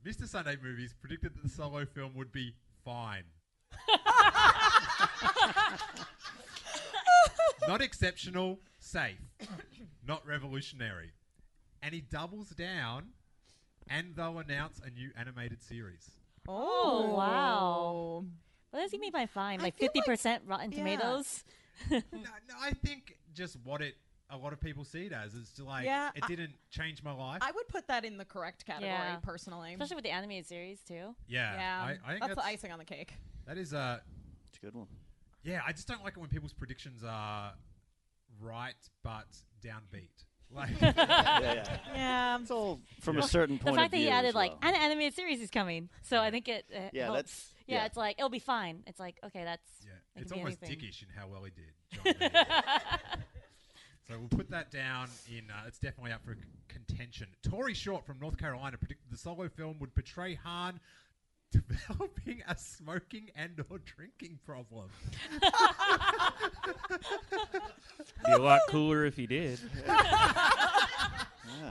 Mr. Sunday Movies predicted that the solo film would be fine. Not exceptional, safe, not revolutionary. And he doubles down and they'll announce a new animated series. Oh, wow. Well, that's gonna be my fine. I Like feel fifty like- percent Rotten yeah. Tomatoes. Hmm. no, no, I think just what it a lot of people see it as is to like Yeah, it I- didn't change my life. I would put that in the correct category Yeah. personally. Especially with the animated series too. yeah, yeah, I, I think that's, that's the icing on the cake. that is uh It's a good one. yeah, I just don't like it when people's predictions are right but downbeat. Like yeah, yeah. Yeah, It's all from Yeah. a certain The point fact of that view. he added as like well. an animated series is coming, so I think it. Uh, Yeah, helps. that's- Yeah, yeah. it's like it'll be fine. It's like okay, that's. Yeah, It it's could be almost anything. dickish in how well he did. John Lennon. so we'll put that down in. Uh, it's definitely up for c- contention. Tori Short from North Carolina predicted the solo film would portray Han developing a smoking and/or drinking problem. Be a lot cooler if he did. Yeah.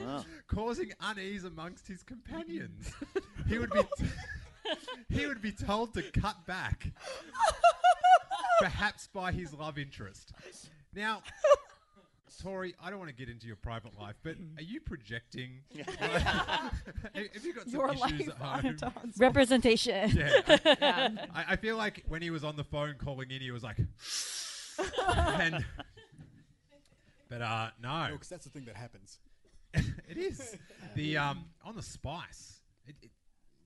Wow. causing unease amongst his companions. he would be he would be told to cut back, perhaps by his love interest. Now, Tori, I don't want to get into your private life, but Mm. are you projecting? have have you got some your issues life at on home? Don's Representation. Yeah, Yeah. I, I feel like when he was on the phone calling in, he was like, and, but uh, no, No, 'cause that's the thing that happens. it is the um on the spice. It, it,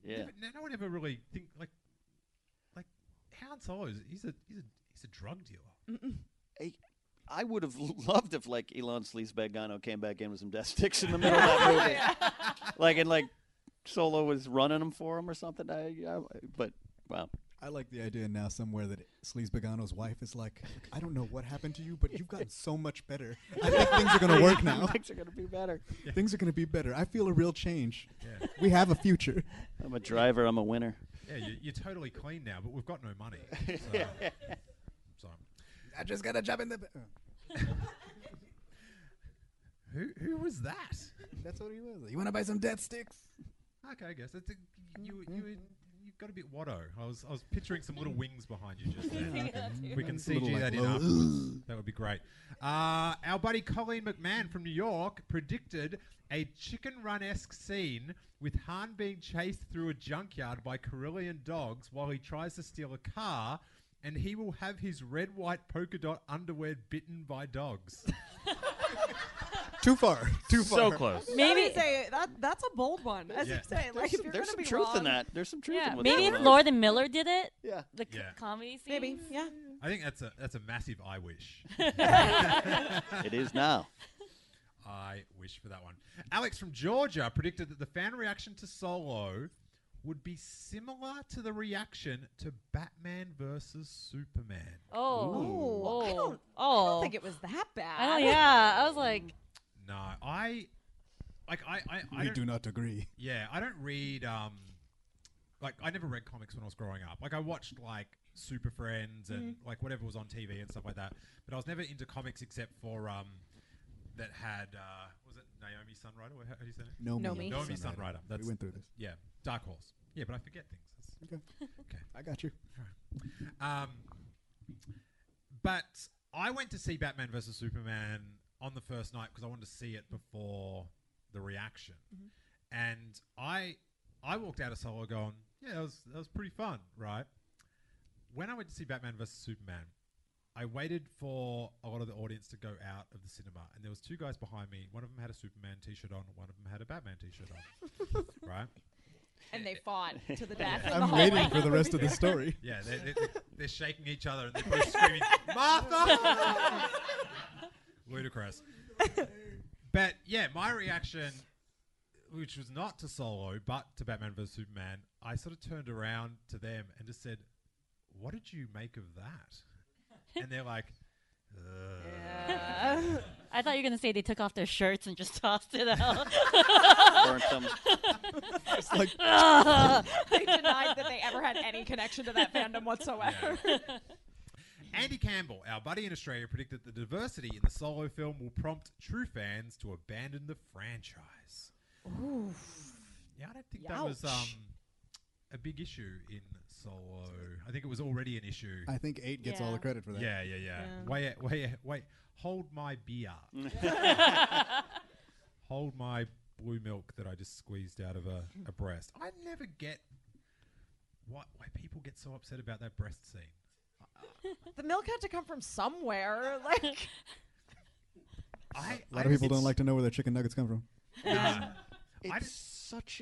Yeah. Never- no, no one ever really think like like Han Solo. Is, he's a he's a he's a drug dealer. I, I would have loved if like Elon Sleazebagano came back in with some death sticks in the middle of that movie, like and like Solo was running them for him or something. I, I but wow, I like the idea now somewhere that Sleaze Pagano's wife is like, "Look, I don't know what happened to you, but you've gotten so much better. I think things are going to work now. things are gonna be better. Things are going to be better. I feel a real change. Yeah. We have a future. I'm a driver. I'm a winner. Yeah, you, you're totally clean now, but we've got no money. So, so. I just got to jump in the. b- Oh, who who was that? That's what he was. Like, you want to buy some death sticks? Okay, I guess it's a, you you you you've got a bit Watto. I was I was picturing some little wings behind you just there. We can It's a little, CG like, that in low- afterwards. That would be great. Uh, our buddy Colleen McMahon from New York predicted a chicken run esque scene with Han being chased through a junkyard by Carillion dogs while he tries to steal a car and he will have his red white polka dot underwear bitten by dogs. Too far. Too far. So close. Maybe Maybe- say that that's a bold one. As Yeah. you say, like if There's some, you're gonna there's some be truth wrong, in that. There's some truth in Yeah, what's maybe going if on. Lord and Miller did it, Yeah. the c- Yeah. comedy scene. Maybe, yeah. I think that's a that's a massive I wish. It is now. I wish for that one. Alex from Georgia predicted that the fan reaction to Solo would be similar to the reaction to Batman versus Superman. Oh, Ooh. I oh, don't- I oh. don't think it was that bad. I don't. Yeah, I was like, No, I like I I, I We don't- do not agree. Yeah, I don't read um like I never read comics when I was growing up. Like I watched like Super Friends and like whatever was on TV and stuff like that. But I was never into comics except for um that had uh was it Naomi Sunrider? Or How how do you say it? No, No me. me. Naomi Sunrider. That's- we went through this. Yeah, Dark Horse. Yeah, but I forget things. That's- Okay. Okay. I got you. Um, but I went to see Batman versus Superman on the first night because I wanted to see it before the reaction, and I I walked out of Solo going, yeah, that was that was pretty fun, right? When I went to see Batman versus Superman, I waited for a lot of the audience to go out of the cinema, and there was two guys behind me. One of them had a Superman T-shirt on, one of them had a Batman T-shirt on, right? and they fought to the death. in the I'm hallway. waiting for the rest of the story. Yeah, they're, they're, they're shaking each other and they're both screaming, Martha! Ludicrous. But yeah, my reaction, which was not to Solo, but to Batman vs. Superman, I sort of turned around to them and just said, What did you make of that? And they're like, "Ugh." Yeah. I thought you were gonna say they took off their shirts and just tossed it out. Burn some. It's like they denied that they ever had any connection to that fandom whatsoever. Andy Campbell, our buddy in Australia, predicted the diversity in the Solo film will prompt true fans to abandon the franchise. Yeah, I don't think that was um, Youch. a big issue in Solo. I think it was already an issue. I think eight gets all the Yeah. credit for that. yeah, yeah, yeah. Yeah. Wait, wait, wait. Hold my beer. Hold my blue milk that I just squeezed out of a, a breast. I never get what why people get so upset about that breast scene. the milk had to come from somewhere. Like I, A lot of people don't like to know where their chicken nuggets come from. I It's just- such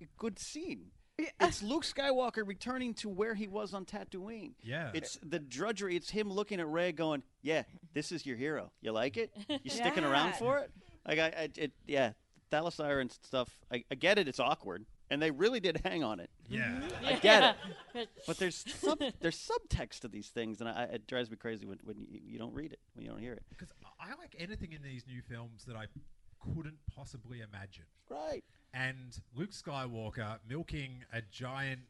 a good scene. It's Luke Skywalker returning to where he was on Tatooine. Yeah. It's the drudgery. It's him looking at Ray going, "Yeah, this is your hero. You like it? You sticking around Yeah. for it?" Like I, I it, yeah, Dallas Iron stuff. I, I get it. It's awkward, and they really did hang on it. Mm-hmm. Yeah. I get it. But there's sub, there's subtext to these things, and I, it drives me crazy when, when you, you don't read it, when you don't hear it. Because I like anything in these new films that I couldn't possibly imagine. Right. and Luke Skywalker milking a giant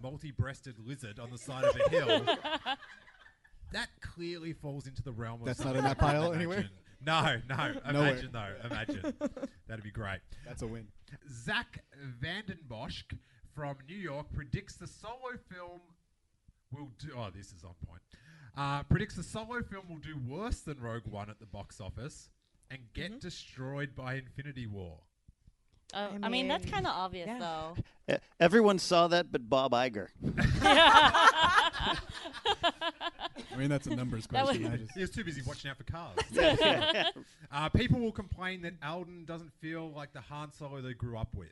multi-breasted lizard on the side of a hill. that clearly falls into the realm of That's something not in that I couldn't pile imagine. anywhere? No, no. Nowhere. Imagine though. Imagine. That'd be great. That's a win. Zach Vandenbosch from New York predicts the solo film will do. Oh, this is on point. Uh, predicts the solo film will do worse than Rogue One at the box office and get destroyed by Infinity War. Uh, I mean, that's mean, kind of obvious, yeah. though. E- Everyone saw that, but Bob Iger. I mean, that's a numbers That question. was- I just, He was too busy watching out for cars. uh, people will complain that Alden doesn't feel like the Han Solo they grew up with.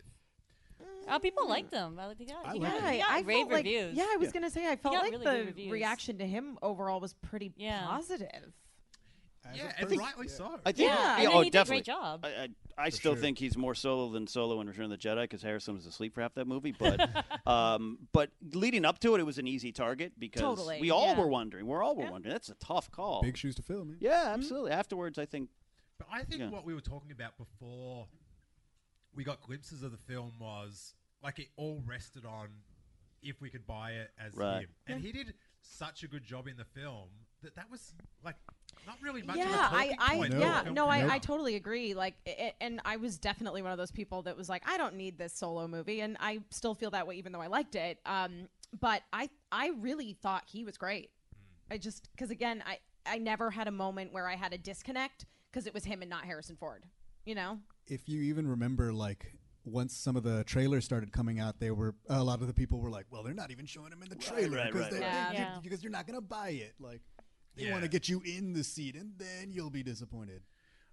Oh, people liked them. I, they got, I he liked got, him. he got Hmm. I rave felt like, reviews. yeah, I was gonna say I felt got like really good the reviews. reaction to him overall was pretty Yeah. positive. as Yeah, a and person- rightly so. I think. Yeah, I think oh, he did a definitely. great job. I, I, I still think he's more Solo than Solo in Return of the Jedi because Harrison was asleep for half that movie. But, um, but leading up to it, it was an easy target because Totally, we all yeah. were wondering. We're all were wondering. That's a tough call. Big shoes to fill, man. yeah, absolutely. Afterwards, I think. But I think Yeah. what we were talking about before we got glimpses of the film was like it all rested on if we could buy it as Right. him. And he did such a good job in the film that that was like not really much yeah, of a I, talking I, point. No. yeah, Film no, I, came I out. totally agree. Like, i- i and I was definitely one of those people that was like, I don't need this solo movie, and I still feel that way, even though I liked it. Um, but I, I really thought he was great. Hmm. I just because again, I, I never had a moment where I had a disconnect because it was him and not Harrison Ford. You know? If you even remember, like, once some of the trailers started coming out, they were a lot of the people were like, "Well, they're not even showing him in the trailer right, because right, they- right. Yeah. they- Yeah. because you're not gonna buy it. Like, they want Yeah. to get you in the seat, and then you'll be disappointed."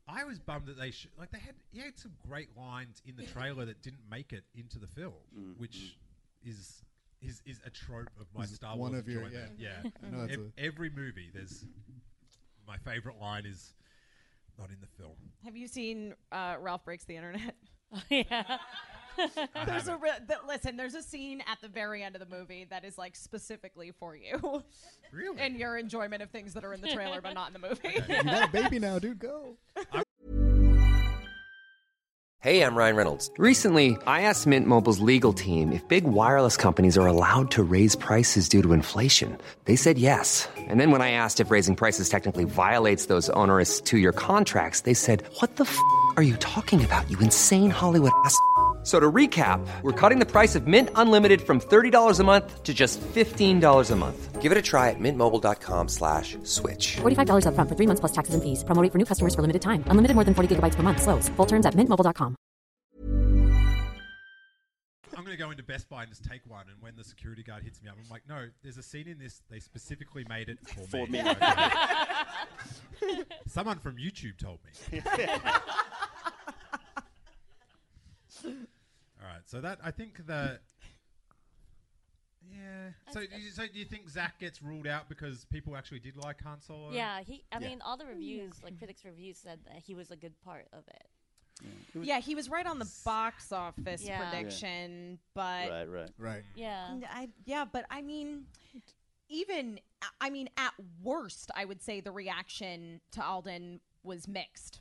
I was bummed that they should like they had he had some great lines in the trailer that didn't make it into the film, which is is is a trope of my Is Star one Wars of your- enjoyment. Yeah, I know that's Ev- every movie there's my favorite line is not in the film. Have you seen uh, Ralph Breaks the Internet? yeah. I There's a haven't. re- th- listen. There's a scene at the very end of the movie that is like specifically for you really. and your enjoyment of things that are in the trailer but not in the movie. you got a baby now, dude. Go. Hey, I'm Ryan Reynolds. Recently, I asked Mint Mobile's legal team if big wireless companies are allowed to raise prices due to inflation. They said yes. And then when I asked if raising prices technically violates those onerous two year contracts, they said, What the f are you talking about, you insane Hollywood ass? f- a-" So to recap, we're cutting the price of Mint Unlimited from $30 a month to just $15 a month. Give it a try at mintmobile.com slash switch. $45 upfront for three months plus taxes and fees. Promo rate for new customers for limited time. Unlimited more than 40 gigabytes per month. Slows. Full terms at mintmobile.com. I'm going to go into Best Buy and just take one. And when the security guard hits me up, I'm like, no, there's a scene in this. They specifically made it for, For me. me. Okay. Someone from YouTube told me. All right. So that, I think that. Yeah. So, you, so do you think Zach gets ruled out because people actually did like Han Solo? Yeah, he. I mean, all the reviews, like critics' reviews, said that he was a good part of it. yeah, he was right on the box office Yeah. Yeah. prediction, but Right, right. Right. Yeah. And I, yeah, but I mean, even I mean, at worst, I would say the reaction to Alden was mixed.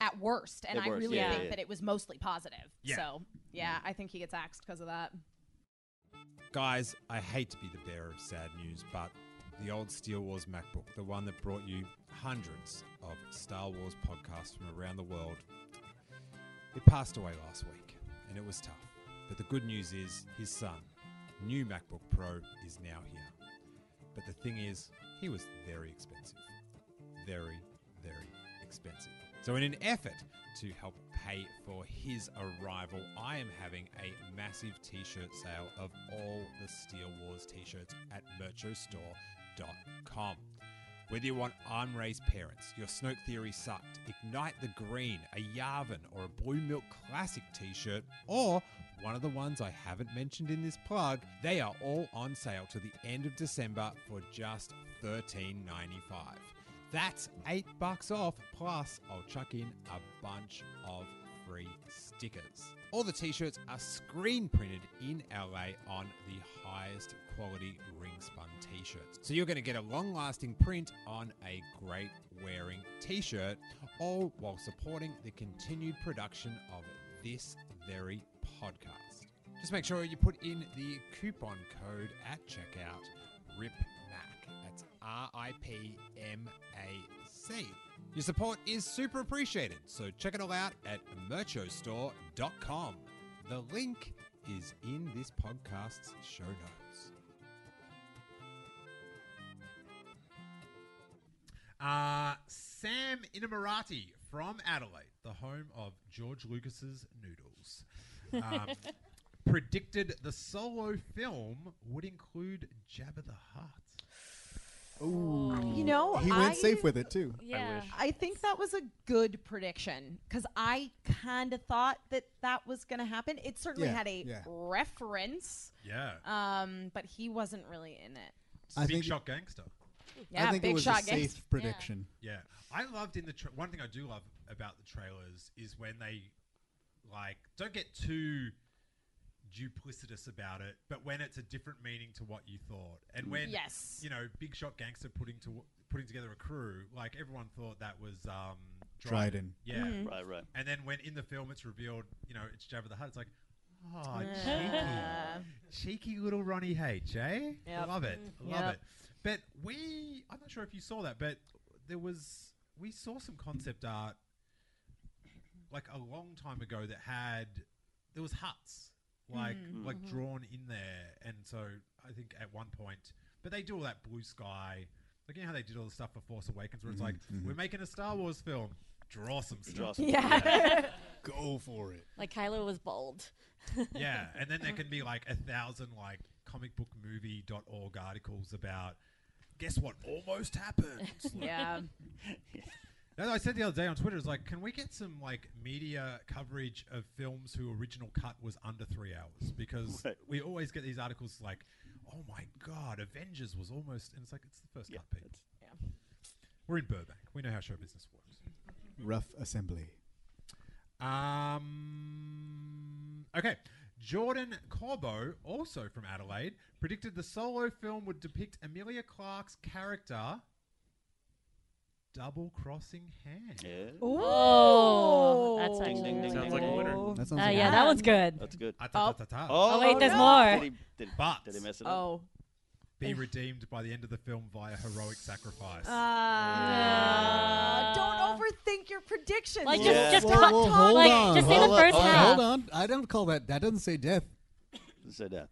At worst, and At I worst, really yeah, think yeah. that it was mostly positive. Yeah. So yeah, I think he gets axed because of that. Guys, I hate to be the bearer of sad news, but the old Steel Wars MacBook, the one that brought you hundreds of Star Wars podcasts from around the world, it passed away last week, and it was tough. But the good news is his son, new MacBook Pro, is now here. But the thing is, he was very expensive. Very, very expensive. So, in an effort to help pay for his arrival, I am having a massive t shirt sale of all the Steel Wars t shirts at merchostore.com. Whether you want Arm Ray's parents, your Snoke Theory sucked, Ignite the Green, a Yavin, or a Blue Milk Classic t shirt, or one of the ones I haven't mentioned in this plug, they are all on sale to the end of December for just $13.95. That's eight bucks off, plus I'll chuck in a bunch of free stickers. All the t shirts are screen printed in LA on the highest quality ring spun t shirts. So you're going to get a long lasting print on a great wearing t shirt, all while supporting the continued production of this very podcast. Just make sure you put in the coupon code at checkout RIPMAC. That's R I P M A C. Your support is super appreciated, so check it all out at merchostore.com. The link is in this podcast's show notes. Uh, Sam Inamorati from Adelaide, the home of George Lucas's noodles, um, predicted the solo film would include Jabba the Hutt. You know, He I, went safe with it too. Yeah. wish. I think that was a good prediction because I kind of thought that that was going to happen. It certainly Yeah, had a yeah. reference, Yeah. um, but he wasn't really in it. I Big think- Shot Gangster. Yeah, I think big it was shot a gangster. safe prediction. Yeah. I loved in the tra- one thing I do love about the trailers is when they like don't get too duplicitous about it, but when it's a different meaning to what you thought. And when Mm, Yes. you know, Big Shot Gangster putting to putting together a crew, like everyone thought that was um Dryden. Yeah. Mm. Right, right. And then when in the film it's revealed, you know, it's Jabba the Hutt, it's like, oh, Yeah. cheeky. Cheeky little Ronnie H, eh? Yep. Mm-hmm. Love it. Love Yep. it. But we, I'm not sure if you saw that, but there was, we saw some concept art like a long time ago that had, there was huts like Mm-hmm. like drawn in there and so i think at one point but they do all that blue sky like you know how they did all the stuff for force awakens where it's like we're making a star wars film Mm-hmm. draw some stuff Draw some- Yeah. go for it. Like Kylo was bald. yeah, and then there can be like a thousand like comicbookmovie.org articles about guess what almost happened. Like, yeah. As I said the other day on Twitter, it's like, can we get some like media coverage of films whose original cut was under three hours? Because Right. we always get these articles like, oh my god, Avengers was almost, and it's like it's the first Yeah, cut. People. that's- We're in Burbank. We know how show business works. Rough assembly. Um. Okay. Jordan Corbo, also from Adelaide, predicted the solo film would depict Amelia Clark's character double crossing hand. Yeah. Oh, that's Ding, ding, actually ding, really Sounds like a good. winner. That sounds Uh, like yeah, a- that Um, one's good. That's good. Ah, ta, ta, ta, ta. Oh, wait, there's no. more. Did he, did, But- did he mess it up? Oh. Be redeemed by the end of the film via heroic sacrifice. Uh, don't overthink your predictions. Ah. Like, Yeah. just, just Whoa, cut. whoa, talk, hold like, on, just say the hold first on, Oh, half. Hold on, I don't call that. That doesn't say death. So that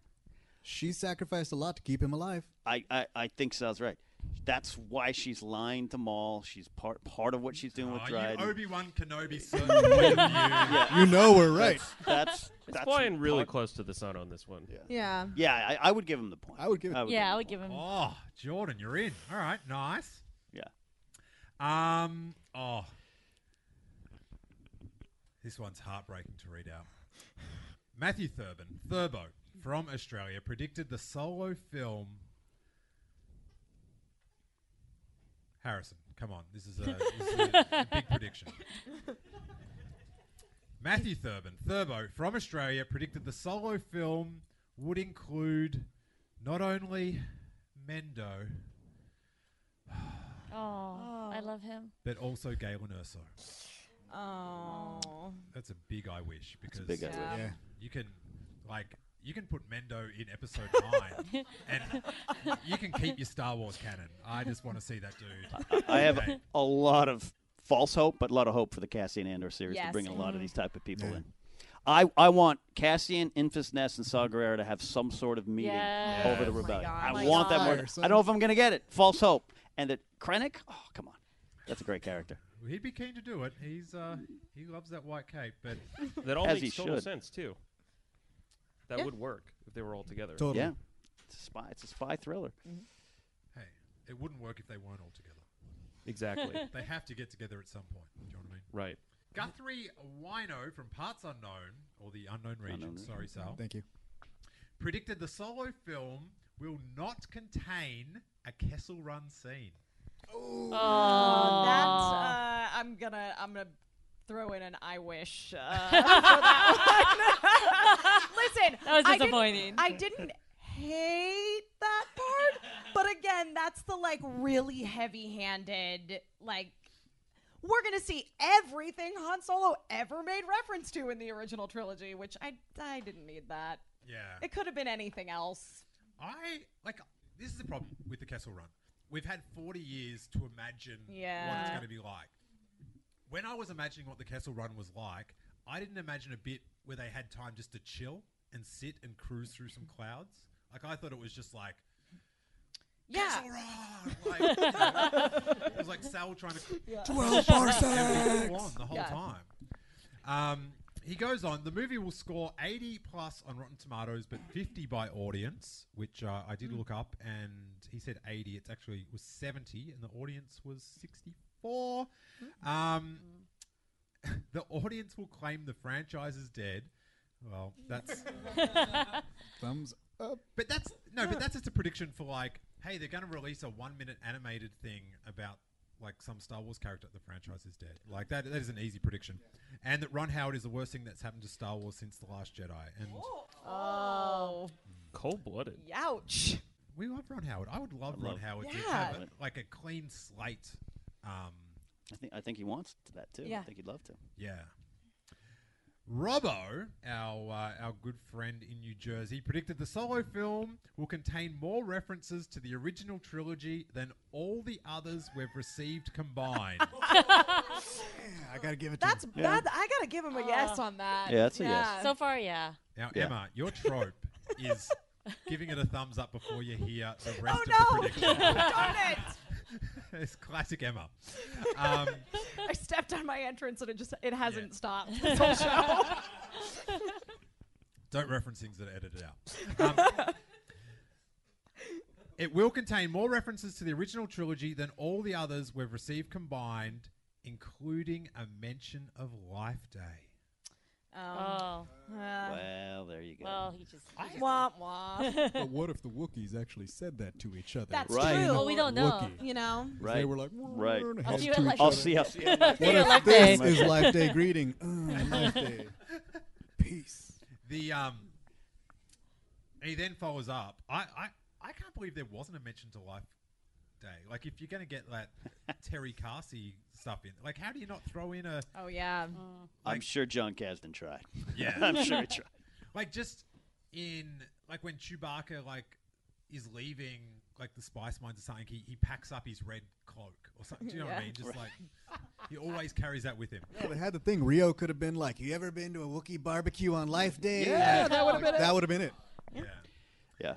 She sacrificed a lot to keep him alive. uh, I, I, I think Sal's right. That's why she's lying to Maul. She's part part of what she's doing with Are Dryden. Ah, you Obi Wan Kenobi certain? yeah, You know we're right. that's that's, It's that's flying really part- close to the sun on this one. yeah. Yeah, I, I would give him the point. I would give it- Yeah, I him would the give him. oh, Jordan, you're in. All right, nice. point. Um. Oh, this one's heartbreaking to read out. Matthew Thurbin, Thurbo from Australia, predicted the solo film. Harrison, come on, this is a, this is a, a big prediction. Matthew Thurbin, Thurbo from Australia, predicted the solo film would include not only Mendo Oh, I love him. but also Galen Erso. Oh. That's a big I wish because big I Yeah. Yeah. you can like you can put Mendo in episode nine and you can keep your Star Wars canon. I just want to see that dude. I have Okay. a lot of false hope, but a lot of hope for the Cassian Andor series to Yes. bring a lot of these type of people Yeah. in. I, I want Cassian, Infus Nest, and Saw Gerrera to have some sort of meeting Yes. over the Oh my rebellion. God. I Oh my want that God. more. I don't know if I'm going to get it. False hope. And that Krennic? Oh, come on. That's a great character. He'd be keen to do it. He's uh he loves that white cape, but That all As he makes total should. sense too. That would work if they were all together. Totally. Yeah. It's a spy. It's a spy thriller. hey, it wouldn't work if they weren't all together. Exactly. They have to get together at some point. Do you know what I mean? right. Guthrie Wino from Parts Unknown, or the Unknown Region, Unknown Region. sorry, Sal, Thank you. predicted the solo film will not contain a Kessel Run scene. Oh, that uh, I'm gonna I'm gonna throw in an I wish. Uh, for that one. Listen, That was I didn't- disappointing. I didn't hate that part, but again, that's the like really heavy-handed like. We're gonna see everything Han Solo ever made reference to in the original trilogy, which I I didn't need that. Yeah. It could have been anything else. I like this is the problem with the Kessel Run. We've had 40 years to imagine what it's Yeah. going to be like. When I was imagining what the Kessel Run was like, I didn't imagine a bit where they had time just to chill and sit and cruise through some clouds. Like I thought it was just like Yeah. Kessel Run. Like, you know, it was like Sal trying to Twelve everything parsecs. on the whole Yeah. time. Um, he goes on. The movie will score 80 plus on Rotten Tomatoes, but 50 by audience, which uh, I did look up, and he said 80. It's actually was 70, and the audience was 64. Um, the audience will claim the franchise is dead. Well, that's Thumbs up. but that's no, but that's just a prediction for like, hey, they're going to release a one-minute animated thing about like some Star Wars character. The franchise is dead. Like that. That is an easy prediction, and that Ron Howard is the worst thing that's happened to Star Wars since the Last Jedi. And Oh, Cold blooded. ouch. we love Ron Howard. I would love Ron love- Howard to Yeah. have a, like a clean slate. Um, I think I think he wants to that too. I Yeah. think he'd love to. Yeah. Robbo, our uh, our good friend in New Jersey, predicted the solo film will contain more references to the original trilogy than all the others we've received combined. Yeah, I gotta give it to That's him. Yeah. that. I gotta give him a yes on that. Yeah, that's a yes. Uh. So far, yeah. now, Yeah. Emma, your trope is giving it a thumbs up before you hear the rest oh of the no! prediction. Darn it! it's classic Emma. Um, I stepped on my entrance and it just it hasn't stopped this whole show. Don't reference things that are edited out. Um, it will contain more references to the original trilogy than all the others we've received combined, including a mention of Life Day. Um, Oh. Uh, Well, there you go. Well, he just. he just- womp womp. but what if the Wookiees actually said that to each other? That's Right. true. Well, we don't know. Wookiee. You know, Right. They were like, Right. "We're gonna I'll head to see you at each life I'll other." see. I'll see. What Your if life this day. is life day greeting? Oh, Uh, life day. Peace. The um, he then follows up. I, I I can't believe there wasn't a mention to Life Day. Like, if you're going to get that Terry Carsey stuff in, like, how do you not throw in a oh yeah, I'm sure John Kasdan tried. yeah? I'm sure he tried. like just in like when Chewbacca like is leaving like the spice mines or something, he, he packs up his red cloak or something. Do you know what I Yeah. mean? Just like he always carries that with him. Yeah, they had the thing. Rio could have been like, "You ever been to a Wookiee barbecue on Life Day?" Yeah, that would have been. That would have been it. Yeah. Yeah.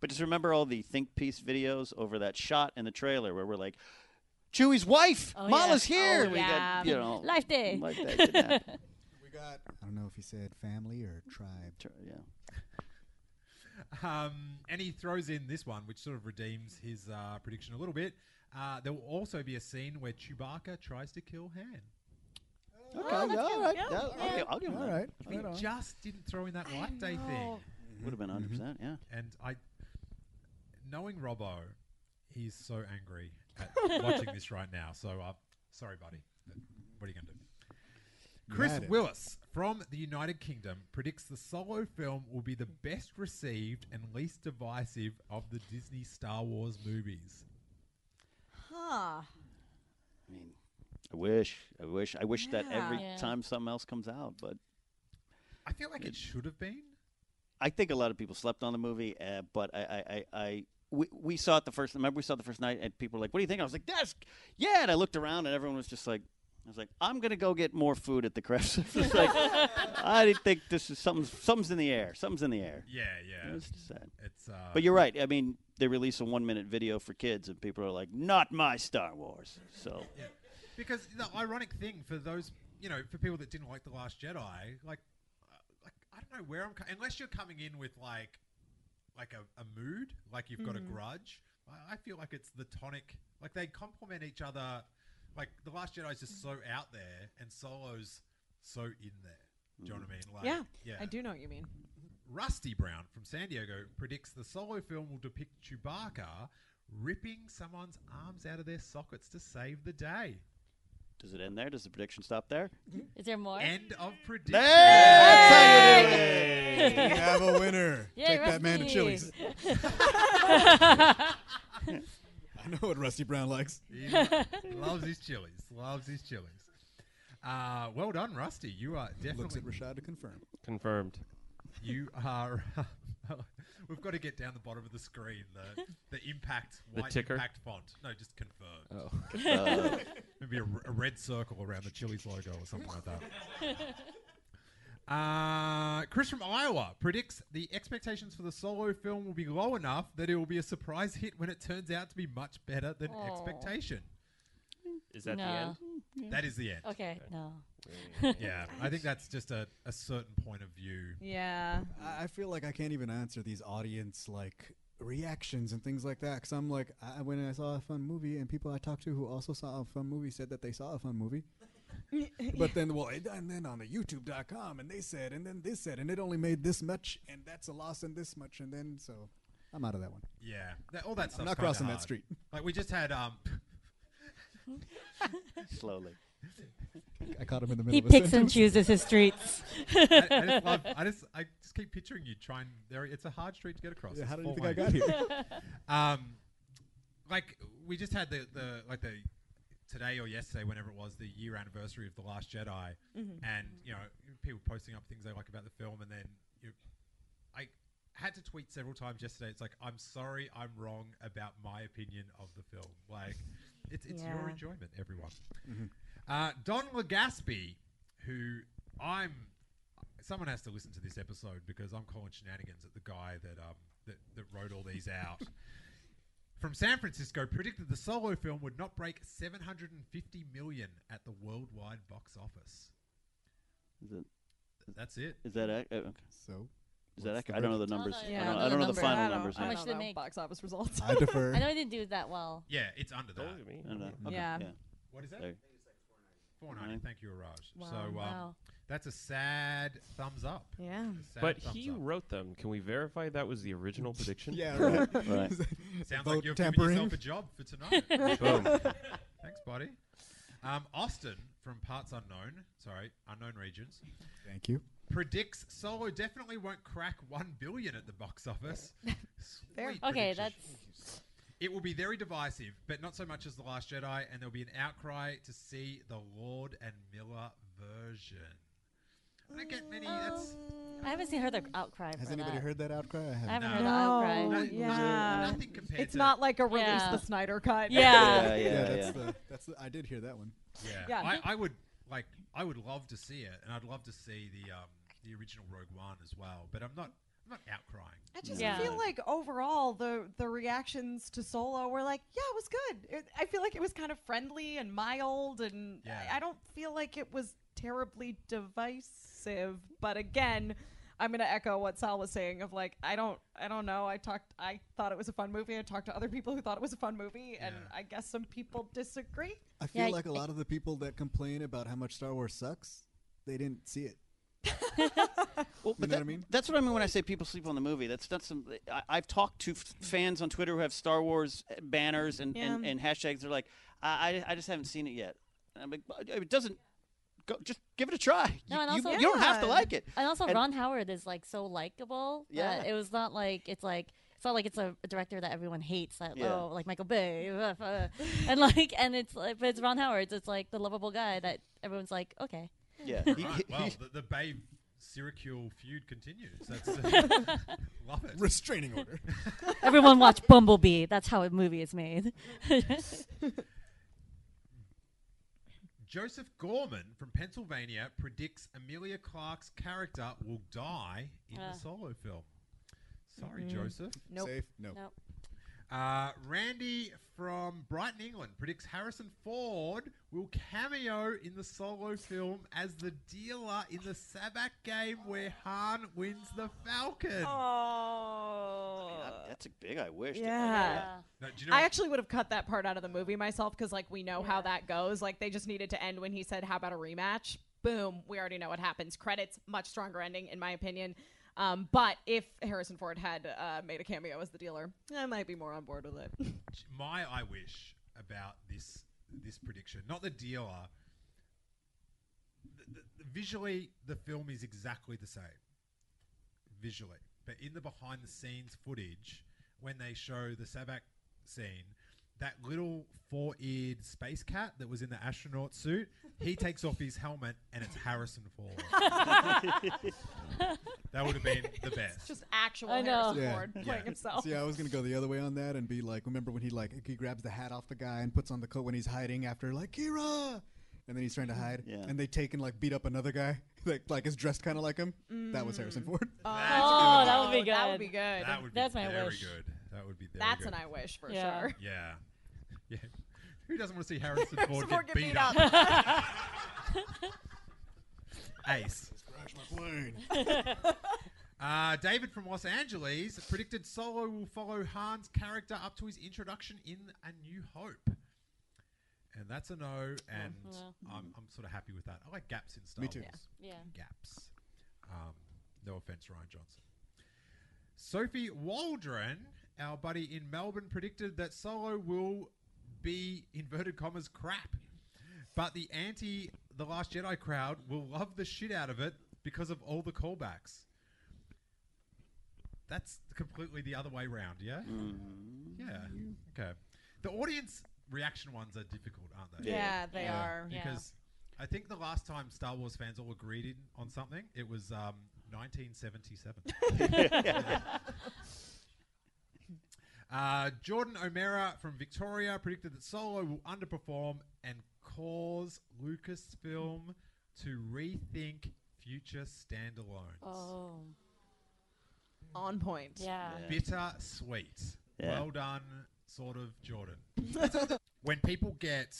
but just remember all the think piece videos over that shot in the trailer where we're like, Chewie's wife, Oh, Mala's yeah. here. Oh, we yeah. got you know Life day. Life day didn't happen. We got. I don't know if he said family or tribe. Tr- yeah. Um, and he throws in this one, which sort of redeems his uh, prediction a little bit. Uh, there will also be a scene where Chewbacca tries to kill Han. Okay, Oh, that's yeah, good. all right. Yeah, Yeah, okay, I'll give him All that. right. I'll give Right him- on. Just didn't throw in that life day thing. Would have been Mm-hmm. 100. percent Yeah. And I, knowing Robbo, he's so angry at watching this right now. So, uh, sorry, buddy. But What are you going to do? Chris at him. Willis from the United Kingdom predicts the solo film will be the best received and least divisive of the Disney Star Wars movies. huh? I mean, I wish, I wish, I wish that every Yeah. time something else comes out. But I feel like it should have been. I think a lot of people slept on the movie. Uh, but I, I, I. I we, we saw it the first. Remember, we saw it the first night, and people were like, "What do you think?" I was like, "That's yeah." And I looked around, and everyone was just like, "I was like, I'm gonna go get more food at the craft service." like, I didn't think this is something. Something's in the air. Something's in the air. Yeah, yeah. It's sad. It's uh, But you're right. I mean, they release a one-minute video for kids, and people are like, "Not my Star Wars." So Because the ironic thing for those, you know, for people that didn't like the Last Jedi, like, uh, like I don't know where I'm. Co- unless you're coming in with like, like a, a mood, like you've got a Mm-hmm. grudge. I, I feel like it's the tonic. Like they complement each other. Like the Last Jedi is just so out there, and Solo's so in there. Do you know what I mean? Like, Mm-hmm. Yeah, yeah. I do know what you mean. Rusty Brown from San Diego predicts the solo film will depict Chewbacca ripping someone's arms out of their sockets to save the day. does it end there? Does the prediction stop there? Uh, Is there more? End of prediction. That's how you do it. We have a winner. Yeah, Take that man to Rusty. Chili's. I know what Rusty Brown likes. He lo- loves his chilies. Loves his chilies. Uh, well done, Rusty. You are Looks definitely at Rashad to confirm. Confirmed. you are. we've got to get down the bottom of the screen. The the impact The white ticker? impact font. No, just confirmed. Oh. Maybe a, r- a red circle around the Chili's logo or something like that. Uh, Chris from Iowa predicts the expectations for the solo film will be low enough that it will be a surprise hit when it turns out to be much better than Aw. expectation. Is that the No. end? That is the end. okay, no. Yeah, I think that's just a, a certain point of view. Yeah. I I feel like I can't even answer these audience like reactions and things like that because I'm like I, I- when I saw a fun movie and people I talked to who also saw a fun movie said that they saw a fun movie. but then, well, it- and then on the YouTube.com, and they said, and then this said, and it only made this much, and that's a loss, and this much, and then so I'm out of that one. Yeah, that, all that stuff. not crossing that street. Like we just had um, Slowly. I caught him in the middle. He of a picks and sentence. chooses his streets. I, I just love, I just I just keep picturing you trying. There, it's a hard street to get across. Yeah, It's how do you four think I lanes. got here? um, like we just had the, the like the today or yesterday, whenever it was, the year anniversary of the Last Jedi, and you know people posting up things they like about the film, and then you I had to tweet several times yesterday. It's like I'm sorry, I'm wrong about my opinion of the film. Like it's it's your Yeah. enjoyment, everyone. Uh, Don Legaspi, who I'm, someone has to listen to this episode because I'm calling shenanigans at the guy that um that, that wrote all these out. from San Francisco predicted the solo film would not break 750 million at the worldwide box office. Is it? That's it. Is that ac- uh, okay? So, is that what's ac- the I don't know the verdict? numbers. Yeah, I don't, I I don't don't know know the the final number. I numbers. don't- I yet. don't know box office results. I defer. I know I didn't do that well. Yeah, it's under that. And, uh, okay, Yeah. What is that? There. 490. Mm-hmm. Nine. Thank you, Raj. Wow, so um, wow. that's a sad thumbs up. Yeah. A sad But thumbs he up. wrote them. Can we verify that was the original prediction? Yeah, right. Right. Sounds Vote like you've tampering. given yourself a job for tonight. Boom. Thanks, buddy. Um, Austin from Parts Unknown, sorry, Unknown Regions, Thank you. predicts Solo definitely won't crack one billion at the box office. Sweet Fair. prediction. Okay, that's It will be very divisive, but not so much as The Last Jedi, and there'll be an outcry to see the Lord and Miller version. I don't get many. That's I haven't seen her the outcry. Has for anybody that. heard that outcry? I I haven't. haven't No. heard the outcry. No, no- Oh, yeah. nothing compared It's to- not like a release Yeah. the Snyder cut. Yeah. Yeah, yeah, that's yeah. the that's the, I did hear that one. Yeah, Yeah. I, I would like. I would love to see it, and I'd love to see the um, the original Rogue One as well. But I'm not. I'm not outcrying. I just Yeah. feel like overall the the reactions to Solo were like, yeah, it was good. It, I feel like it was kind of friendly and mild, and I- Yeah. I, don't feel like it was terribly divisive. But again, I'm gonna echo what Sal was saying of like, I don't, I don't know. I talked, I thought it was a fun movie. I talked to other people who thought it was a fun movie, and Yeah. I guess some people disagree. I feel I- like a lot of the people that complain about how much Star Wars sucks, they didn't see it. Well, You but know what I that- mean? That's what I mean when I say people sleep on the movie. That's not some. I, I've talked to f- fans on Twitter who have Star Wars uh, banners and, and, Yeah. and hashtags. They're like, I, I, I just haven't seen it yet. And I'm like, "But it doesn't. Go, just give it a try. No, you, and you- also- you don't have to Yeah. like it. And also, And- Ron Howard is like so likable. that Yeah. it was not like it's like it's not like it's a director that everyone hates. That Yeah. oh, like Michael Bay, and like and it's like, but it's Ron Howard. It's like the lovable guy that everyone's like, okay, Yeah. He- Right, he- well, he- the, the Bay Syracuse feud continues. That's uh, love it. Restraining order. everyone watch Bumblebee. That's how a movie is made. Joseph Gorman from Pennsylvania predicts Amelia Clark's character will die in Ah. the solo film. Sorry, Joseph. Nope. Safe? No. Nope. Uh, Randy from Brighton, England predicts Harrison Ford will cameo in the solo film as the dealer in the Sabak game where Han wins the Falcon. Oh. that's a big. I wish. Yeah. Now, do you know I what- actually would have cut that part out of the movie myself because, like, we know how Yeah. that goes. Like, they just needed to end when he said, "How about a rematch?" Boom, we already know what happens. Credits, much stronger ending, in my opinion. Um, but if Harrison Ford had uh, made a cameo as the dealer, I might be more on board with it. my I wish about this this prediction, not the dealer. The, the, visually, the film is exactly the same. Visually, but in the behind the scenes footage, when they show the Sabak scene, that little four eared space cat that was in the astronaut suit, he takes off his helmet and it's Harrison Ford. that would have been the best. just actual I know. Harrison Yeah, Ford yeah. playing himself. See, I was gonna go the other way on that and be like, remember when he like he grabs the hat off the guy and puts on the coat when he's hiding after like Kira, and then he's trying to hide, Yeah. and they take and like beat up another guy that like is dressed kind of like him. That was Harrison Ford. Oh, that would be Uh, That would good. be good. that would be That's my very wish. good. That would be very That's good. an I wish for Yeah. sure. Yeah. Yeah. Who doesn't want to see Harrison Ford get, Ford get beat, beat up? Ace. Crash my plane. Uh, David from Los Angeles predicted Solo will follow Han's character up to his introduction in A New Hope. And that's a no, and no. I'm, I'm sort of happy with that. I like gaps in Star Me too. Wars. yeah. Gaps. Um, no offense, Ryan Johnson. Sophie Waldron, our buddy in Melbourne, predicted that Solo will be inverted commas crap, but the anti The Last Jedi crowd will love the shit out of it because of all the callbacks. That's completely the other way round, yeah? Yeah. Okay. The audience reaction ones are difficult, aren't they? Yeah, they Yeah. are. Yeah. Because I think the last time Star Wars fans all agreed in, on something, it was um, 1977. uh, Jordan O'Mara from Victoria predicted that Solo will underperform and cause Lucasfilm to rethink future standalones. Oh, On point. yeah. Yeah. Bitter sweet. Yeah. Well done, sort of Jordan. when people get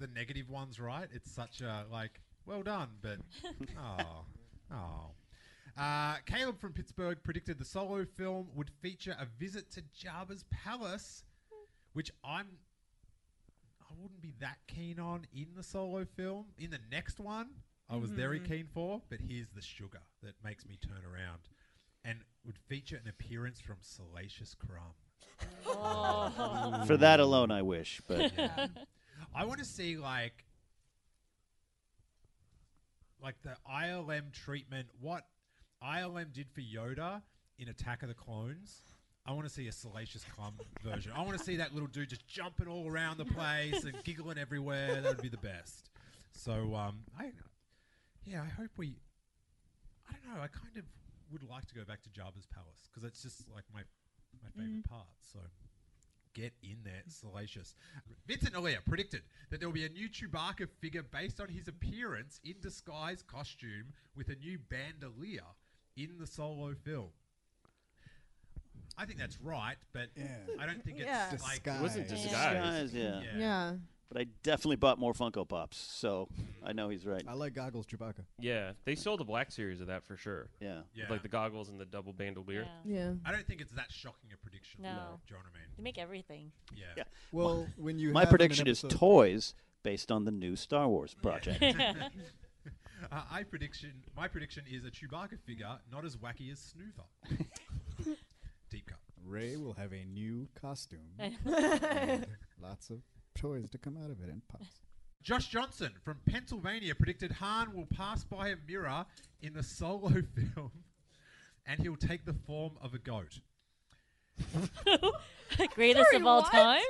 the negative ones right, it's such a like, well done, but oh, oh. Uh, Caleb from Pittsburgh predicted the solo film would feature a visit to Jabba's palace, which I'm I wouldn't be that keen on in the solo film. In the next one, I was very Mhm. Mm-hmm. keen for, but here's the sugar that makes me turn around, and would feature an appearance from Salacious Crumb. For that alone, I wish. But Yeah. I want to see like like the ILM treatment. What ILM did for Yoda in Attack of the Clones. I want to see a salacious clum version. I want to see that little dude just jumping all around the place and giggling everywhere. That would be the best. So um, I yeah, I hope we. I don't know. I kind of would like to go back to Jabba's palace because it's just like my my favorite part. So get in there, it's salacious. Vincent Alia predicted that there will be a new Chewbacca figure based on his appearance in disguise costume with a new bandolier in the solo film. I think that's right, but I don't think it's Yeah. like it wasn't disguised. yeah. Yeah. But I definitely bought more Funko Pops, so I know he's right. I like goggles, Chewbacca. Yeah, they sold the black series of that for sure. Yeah. With, like the goggles and the double bandolier. Yeah. I don't think it's that shocking a prediction. No. Do you know what I mean? They make everything. Yeah. Yeah. Well, when you my have him in prediction is episode- toys based on the new Star Wars project. uh, I prediction. My prediction is a Chewbacca figure, not as wacky as Snoover. Deep cut. Ray will have a new costume. I And Lots of toys to come out of it and pops. Josh Johnson from Pennsylvania predicted Han will pass by a mirror in the solo film, and he'll take the form of a goat. Greatest Sorry, of all what? time.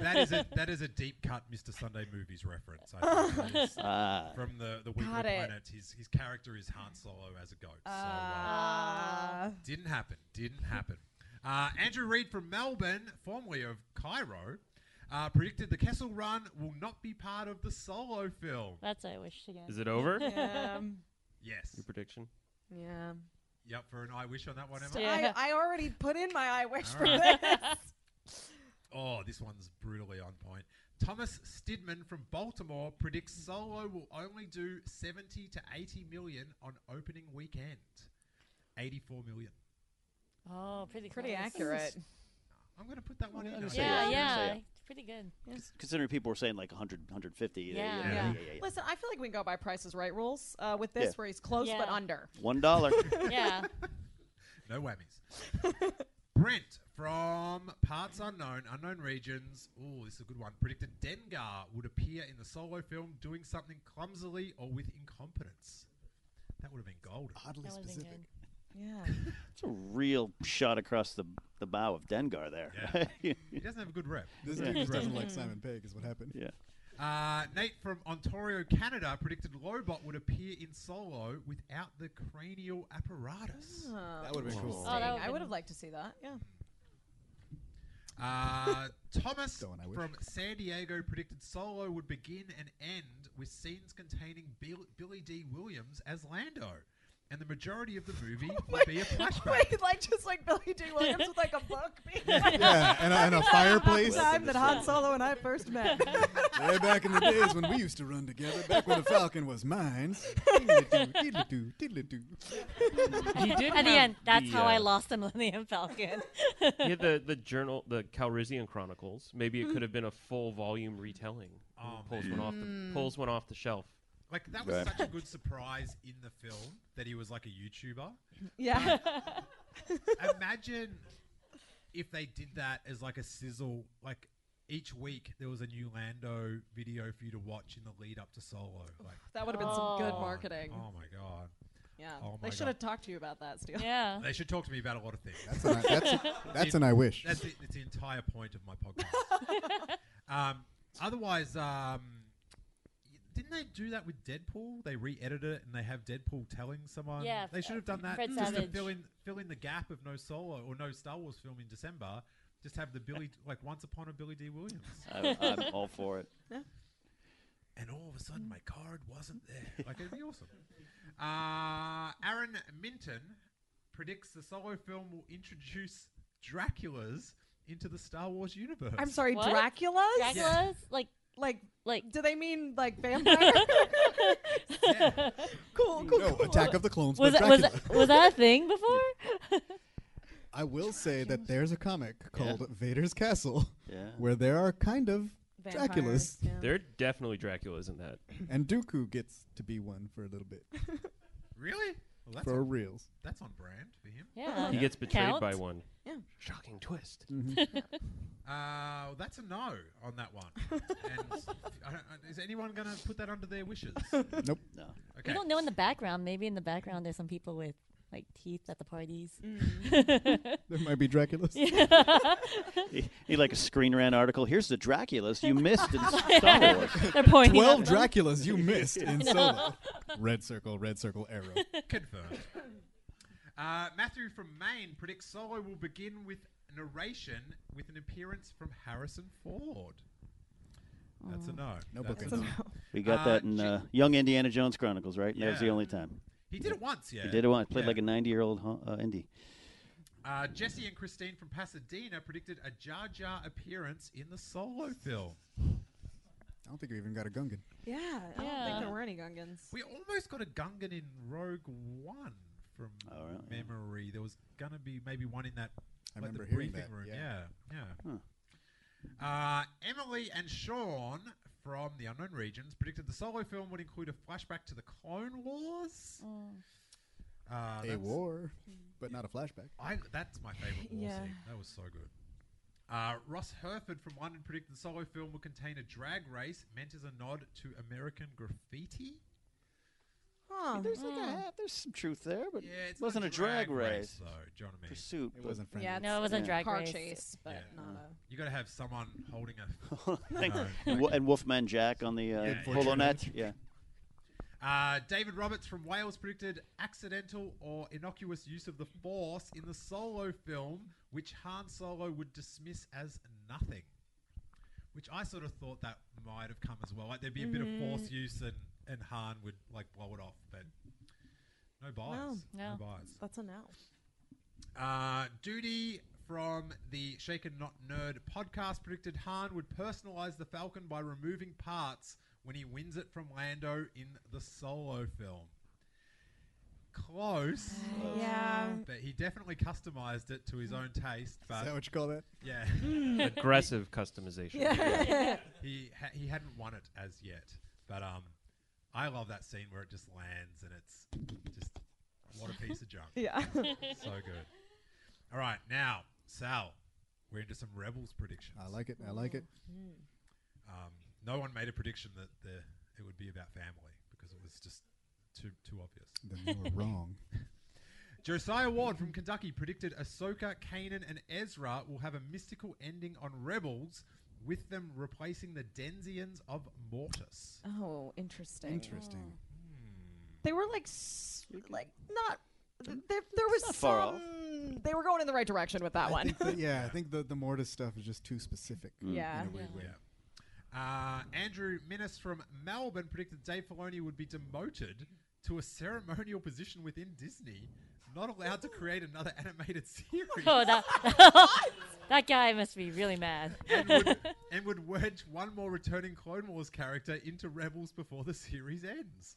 That is a that is a deep cut Mr. Sunday movies reference. I think that is Ah. from the the Weekly Got it. Planet. His his character is Han Solo as a goat. So, uh, didn't happen. Didn't happen. Uh, Andrew Reid from Melbourne, formerly of Cairo, uh, predicted the Kessel Run will not be part of the solo film. That's what I wish again. Is it over? Yeah. Yes. Your prediction? yeah. Yep. For an I wish on that one, Emma. I, I already put in my I wish All for right. this. Oh, this one's brutally on point. Thomas Stidman from Baltimore predicts Solo will only do 70 to 80 million on opening weekend. 84 million. Oh, pretty Pretty close. accurate. I'm going to put that one in. gonna I say think. Yeah, Yeah, yeah. yeah. Pretty good. Considering people were saying like 100, 150. you know, Yeah. you know, Yeah. yeah, yeah. Listen, I feel like we can go by Price's Right rules uh, with this, Yeah. where he's close Yeah. but under. One dollar. Yeah. No whammies. Brent from Parts Unknown, Unknown Regions. Oh, this is a good one. Predicted Dengar would appear in the Solo film doing something clumsily or with incompetence. That would have been gold. Oddly That would have been specific. good. Yeah. It's a real shot across the the bow of Dengar there. Yeah. He doesn't have a good rep. This Yeah. dude just doesn't like Mhm. Simon Pegg, is what happened. Uh, Nate from Ontario, Canada, predicted Lobot would appear in Solo without the cranial apparatus. That would've been cool. Interesting. Oh, that would've I would been- have liked to see that. Yeah. Uh, Thomas Go on, I wish. from San Diego predicted Solo would begin and end with scenes containing Bill- Billy D. Williams as Lando, and the majority of the movie Oh would be a flashback. Wait, like just like Billy D. Williams with like a book. being- yeah, and a, and a The fireplace. time that Han Solo and I first met. Way back in the days when we used to run together, back when the Falcon was mine. Diddly-doo, diddly-doo, diddly-doo. He did At the have end, that's the, how I uh, lost the Millennium Falcon. He had the, the journal, the Calrissian Chronicles. Maybe Hmm. it could have been a full volume retelling. Oh, pulls man. one off Hmm. the pulls one off the shelf. Like that was Right. such a good surprise in the film that he was like a YouTuber. Yeah. Imagine if they did that as like a sizzle, like each week there was a new Lando video for you to watch in the lead up to Solo. Like, That would have been some good Oh. marketing. Oh my god! Yeah. Oh my they God. should have talked to you about that, Steele. yeah. They should talk to me about a lot of things. That's an I, that's, that's an I wish. That's the, that's the entire point of my podcast. um, otherwise, um, y- didn't they do that with Deadpool? They re-edited it and they have Deadpool telling someone. Yeah, they should have done that Fred just to Savage. fill in fill in the gap of no solo or no Star Wars film in December. Just have the Billy like Once Upon a Billy D. Williams, I, I'm all for it. and all of a sudden my card wasn't there. Like it'd be awesome. Uh, Aaron Minton predicts the solo film will introduce Dracula's into the Star Wars universe. I'm sorry, Dracula's? Like, like, like, do they mean like vampire? cool, cool, No, cool. Attack of the Clones. Was but that, was, Dracula. that, was that a thing before? I will say that there's a comic called Vader's Castle, Yeah. where there are kind of Vampires, Draculas, Hmm. There are definitely Draculas in that. and Dooku gets to be one for a little bit. Really? Well, that's For on, reals. That's on brand for him. Yeah. He gets betrayed by one. Yeah. Hmm. Shocking twist. Uh, well, that's a no on that one. and I don't, uh, is anyone going to put that under their wishes? Nope. No. Okay. We don't know in the background. Maybe in the background there's some people with like teeth at the parties. Mm. There might be Draculas. He, he like a screen ran article. Here's the Draculas you missed in Star Wars. They're pointing Twelve at them. Draculas you missed in No. solo. Red circle, red circle, arrow. Confirmed. Uh, Matthew from Maine predicts Solo will begin with narration with an appearance from Harrison Ford. Oh. That's a no. No That's bookends. a no. We got Uh, that in J- uh, Young Indiana Jones Chronicles, right? That was the Yeah. only time. He did it once, yeah. He did it once. Played Yeah. like a 90 year old uh, indie. Uh, Jesse and Christine from Pasadena predicted a Jar Jar appearance in the Solo film. I don't think we even got a Gungan. Yeah, I don't Yeah. think there were any Gungans. We almost got a Gungan in Rogue One from Oh, memory. There was gonna be maybe one in that I like the remember hearing briefing that, room. Yeah, yeah. yeah. Uh, Emily and Sean from the Unknown Regions predicted the solo film would include a flashback to the Clone Wars. Uh, a that's- war, but not a flashback. I that's my favorite war Yeah. scene. That was so good. Uh, Ross Herford from London predicted the solo film will contain a drag race meant as a nod to American graffiti. Huh. There's like a half, there's some truth there, but Yeah, it's it wasn't not a drag, drag race, race. though, do you know what I mean? Pursuit. It but- wasn't friendly. Yeah, No, it wasn't a drag car race. chase, but Yeah. not a. You got to have someone holding a. Like- No. and, Wo- and Wolfman Jack on the uh, Yeah, yeah. polo net. Yeah. Uh, David Roberts from Wales predicted accidental or innocuous use of the Force in the Solo film, which Han Solo would dismiss as nothing. Which I sort of thought that might have come as well. Like there'd be a bit of Force use, and and Han would like blow it off, but no buys, no, No. buys. That's a no. Uh, Duty from the Shaken Not Nerd podcast predicted Han would personalize the Falcon by removing parts when he wins it from Lando in the solo film. Close, Yeah. but he definitely customized it to his own taste. Is that But what you call that? yeah, Aggressive customization. Yeah. he ha- he hadn't won it as yet. But um, I love that scene where it just lands and it's just what a piece of junk. yeah. so good. All right, now Sal, we're into some Rebels predictions. I like it. I like it. Um, no one made a prediction that the it would be about family because it was just too too obvious. Then you were wrong. Josiah Ward from Kentucky predicted Ahsoka, Kanan, and Ezra will have a mystical ending on Rebels, with them replacing the Denzians of Mortis. Oh, interesting. Interesting. They were like, s- like not. th- There, there was not far off. some. They were going in the right direction with that I Oh. one. think that- yeah, I think the, the Mortis stuff is just too specific. Yeah. In a weird way. Yeah. Uh, Andrew Minnis from Melbourne predicted Dave Filoni would be demoted to a ceremonial position within Disney, not allowed to create another animated series, Oh, that that guy must be really mad. and, would, and would wedge one more returning Clone Wars character into Rebels before the series ends.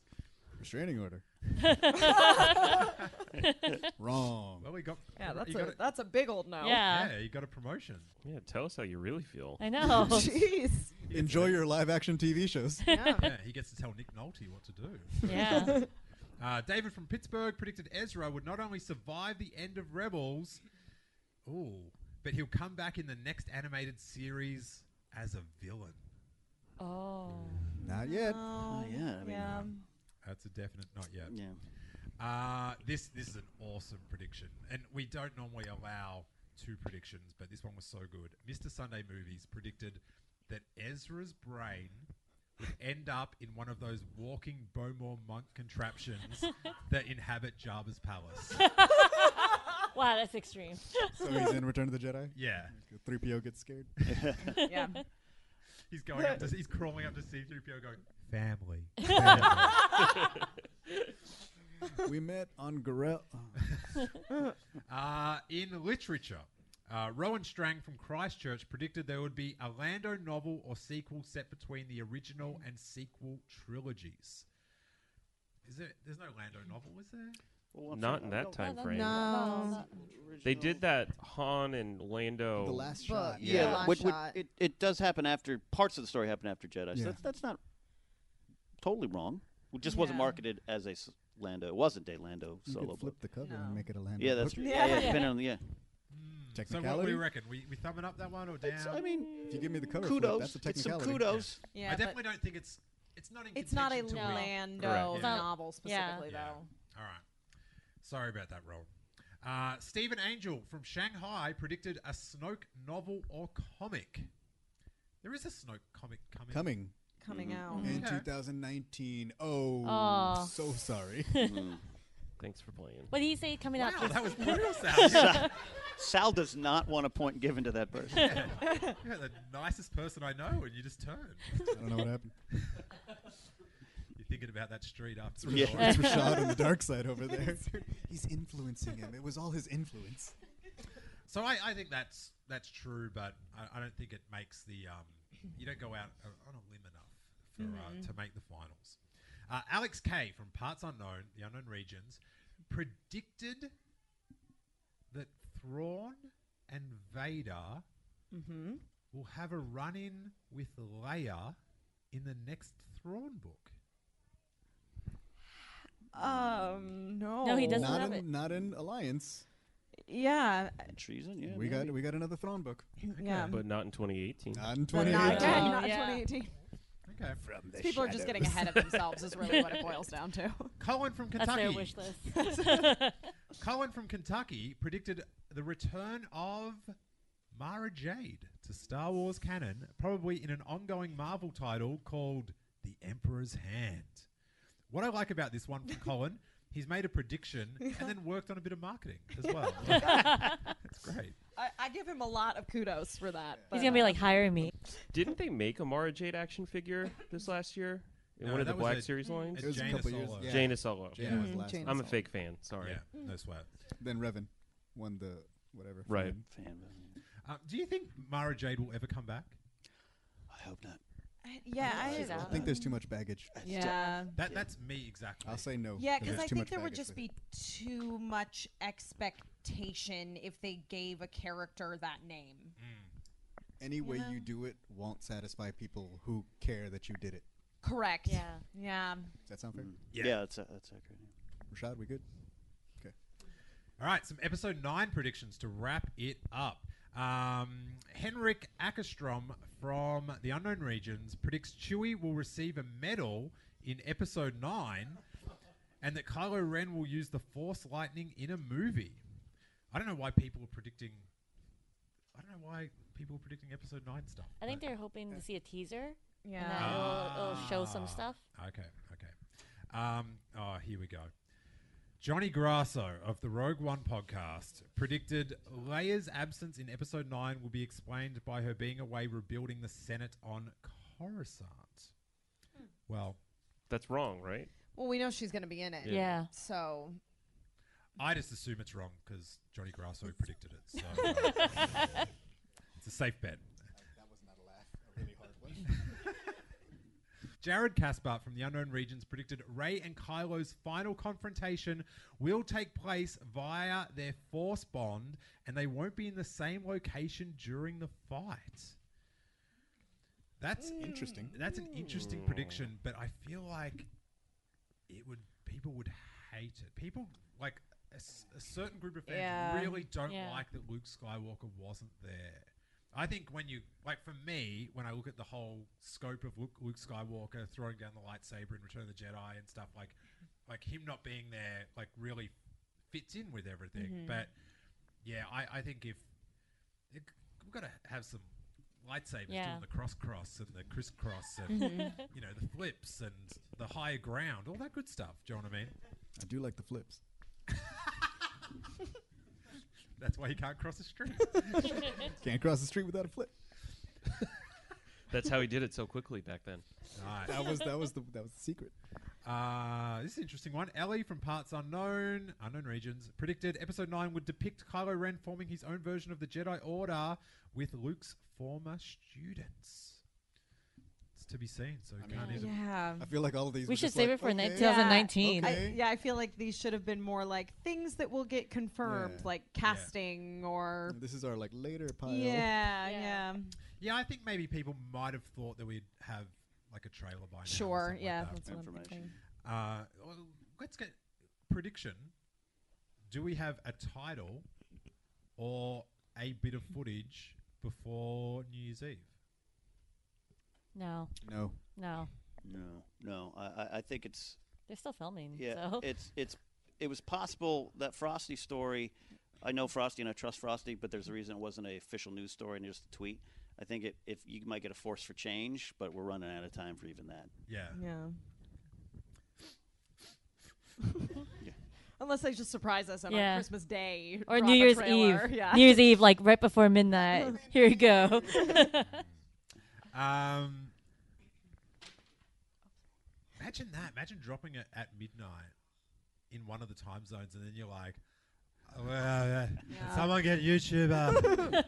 Restraining order. wrong. Well, he got Yeah, that's he a got a, that's a big old no. Yeah, yeah, he got a promotion. Yeah, tell us how you really feel. I know. Jeez. Enjoy your live action TV shows. Yeah. yeah, he gets to tell Nick Nolte what to do. Yeah, Uh, David from Pittsburgh predicted Ezra would not only survive the end of Rebels, ooh, but he'll come back in the next animated series as a villain. oh, Not yet. Oh, yeah, I mean, yeah. That's a definite not yet. Yeah. Uh, this this is an awesome prediction, and we don't normally allow two predictions, but this one was so good. Mr. Sunday Movies predicted that Ezra's brain would end up in one of those walking Bomor monk contraptions that inhabit Jabba's palace. wow, that's extreme. So he's in Return of the Jedi. Yeah, 3PO gets scared. yeah. he's going up to he's crawling up to C-3PO, going family. we met on Gorel. oh, Uh, in literature, Uh, Rowan Strang from Christchurch predicted there would be a Lando novel or sequel set between the original and sequel trilogies. Is there? There's no Lando novel, is there? Not in that time frame. Um, No. They did that Han and Lando. The last shot. Yeah, Yeah, last which would- shot. it, it does happen after parts of the story happen after Yeah. Jedi. So that's, that's not totally wrong. It just wasn't Yeah. marketed as a s- Lando. It wasn't a Lando You solo. could flip book. the cover and make it a Lando. Yeah, that's book. yeah, yeah, depending on the yeah. So what do Technicality. you reckon? We, we thumbing up that one or down? It's- I mean, If you give me the cover flip, kudos. that's a It's some technicality. kudos. Yeah, I but- definitely don't think it's it's not in It's not a contention to win. Lando Correct, yeah. novel specifically, Yeah. though. All right. Sorry about that, Roll. Uh, Stephen Angel from Shanghai predicted a Snoke novel or comic. There is a Snoke comic coming. Coming. Coming out. In Okay. 2019. Oh, Aw. so sorry. Thanks for playing. What did he say coming out? Wow, this- that was brutal, Sal, Sal does not want a point given to that person. Yeah. You're the nicest person I know, and you just turn. I don't know what happened. You're thinking about that street It's after. Rashad, it's Rashad on the dark side over there. He's influencing him. It was all his influence. So I, I think that's that's true, but I, I don't think it makes the um, you don't go out uh, on a limb enough for Mhm. Mm-hmm. uh, to make the finals. Uh, Alex K from Parts Unknown, the Unknown Regions, predicted that Thrawn and Vader Mm-hmm. will have a run-in with Leia in the next Thrawn book. Um, no. not in, Not in Alliance. Yeah. Treason, yeah. we got we got another Thrawn book. Yeah. But not in 2018. Not in But not, 2018. yeah, not Yeah. 2018. Okay. From These people are just getting ahead of themselves, is really what it boils down to. Colin from That's Kentucky. their wish list. Colin from Kentucky predicted the return of Mara Jade to Star Wars canon, probably in an ongoing Marvel title called The Emperor's Hand. What I like about this one from Colin, he's made a prediction and then worked on a bit of marketing as well. That's great. I, I give him a lot of kudos for that. He's but, gonna be uh, like, hire me. Didn't they make a Mara Jade action figure this last year? In No, one of the that was Black a- Series mm, lines? It was a Jaina couple years- Solo. yeah. Jaina Solo. Jaina was Mhm. last Jaina I'm a Solo. fake fan. Sorry. Yeah, no sweat. Then Revan won the whatever. Right. Uh, do you think Mara Jade will ever come back? I hope not. I- Yeah, I, I think there's too much baggage. Yeah. That, that's me exactly. I'll say no. Yeah, there's because I too think much there would baggage just with be too much expectation if they gave a character that name. it. any way Yeah. you do it won't satisfy people who care that you did it. Correct. Yeah. Yeah. Does that sound Mm. fair? Yeah, that's that's accurate. Rashad, we good? All right, some episode nine predictions to wrap it up. Um, Henrik Ackerstrom from the Unknown Regions predicts Chewie will receive a medal in episode nine, and that Kylo Ren will use the Force lightning in a movie. I don't know why people are predicting. I don't know why people are predicting episode nine stuff. I think they're hoping to see a teaser. Yeah. And that it'll, it'll show some Ah, stuff. Okay, okay. Um, oh, here we go. Johnny Grasso of the Rogue One podcast predicted Leia's absence in Episode Nine will be explained by her being away rebuilding the Senate on Coruscant. Well, That's wrong, right? Well, we know she's going to be in it. Yeah. Yeah. So. I just assume it's wrong because Johnny Grasso predicted it. So uh, it's a safe bet. Jared Kaspar from the Unknown Regions predicted Ray and Kylo's final confrontation will take place via their force bond, and they won't be in the same location during the fight. That's interesting. That's an interesting prediction, but I feel like it would people would hate it. People like a, s- a certain group of fans Yeah. really don't Yeah. like that Luke Skywalker wasn't there. I think when you like for me, when I look at the whole scope of Luke, Luke Skywalker throwing down the lightsaber in Return of the Jedi and stuff like, like him not being there, like really fits in with everything. Mhm. But yeah, I, I think if it, we've got to have some lightsabers Yeah. doing the cross cross and the crisscross and Mhm. you know the flips and the higher ground, all that good stuff. Do you know what I mean? I do like the flips. That's why you can't cross the street. Can't cross the street without a flip. That's how he did it so quickly back then. Nice. That was that was the that was the secret. Uh, this is an interesting one. Ellie from Parts Unknown, Unknown Regions, predicted episode 9 would depict Kylo Ren forming his own version of the Jedi Order with Luke's former students. It's to be seen, so we can't even. Yeah. I feel like all of these. We were should just save like, it for okay. night- 2019. Yeah. Okay. I, yeah, I feel like these should have been more like things that will get confirmed, Yeah. like casting or. This is our like later pile. Yeah, yeah, Yeah, I think maybe people might have thought that we'd have like a trailer by now. or Sure, something like yeah, that. that's what I'm Information. thinking. Uh, well, let's get prediction. Do we have a title or a bit of footage before New Year's Eve? No. No. No. No, no. I, I- I think it's They're still filming. yeah. So. It's it's it was possible that Frosty story. I know Frosty and I trust Frosty, but there's a reason it wasn't a official news story and just a tweet. I think it, if you might get a force for change, but we're running out of time for even that. Yeah. yeah. Unless they just surprise us on our Yeah. Christmas Day or drop a New Year's trailer. Eve. Yeah. New Year's Eve, like right before midnight. Here you go. Um, imagine that. Imagine dropping it at midnight in one of the time zones, and then you're like, oh, well, uh, someone get YouTube up.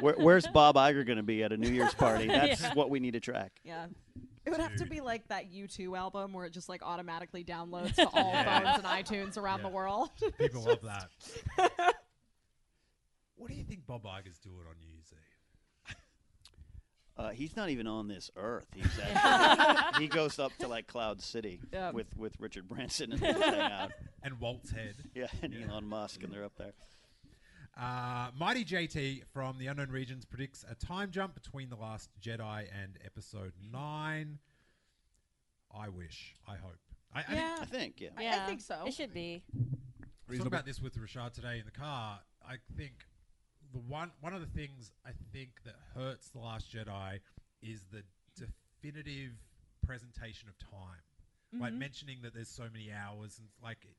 Where, where's Bob Iger going to be at a New Year's party? That's Yeah. what we need to track. Yeah. It would have to be like that U2 album where it just like automatically downloads to all Yeah. phones and iTunes around Yeah. the world. People love that. what do you think Bob Iger's doing on New Year's Eve? Uh, he's not even on this earth. He's actually, he goes up to like Cloud City Yeah. with with Richard Branson and they hang out. And Walt's head. Yeah, and Elon Musk, and they're up there. Uh, Mighty JT from the Unknown Regions predicts a time jump between The Last Jedi and Episode 9. I wish. I hope. I, I think I think yeah. I- I think so. It should be. I was talking about this with Rashad today in the car. I think the one one of the things I think that hurts the Last Jedi is the definitive presentation of time, like Mm-hmm. Mhm. mentioning that there's so many hours and like it,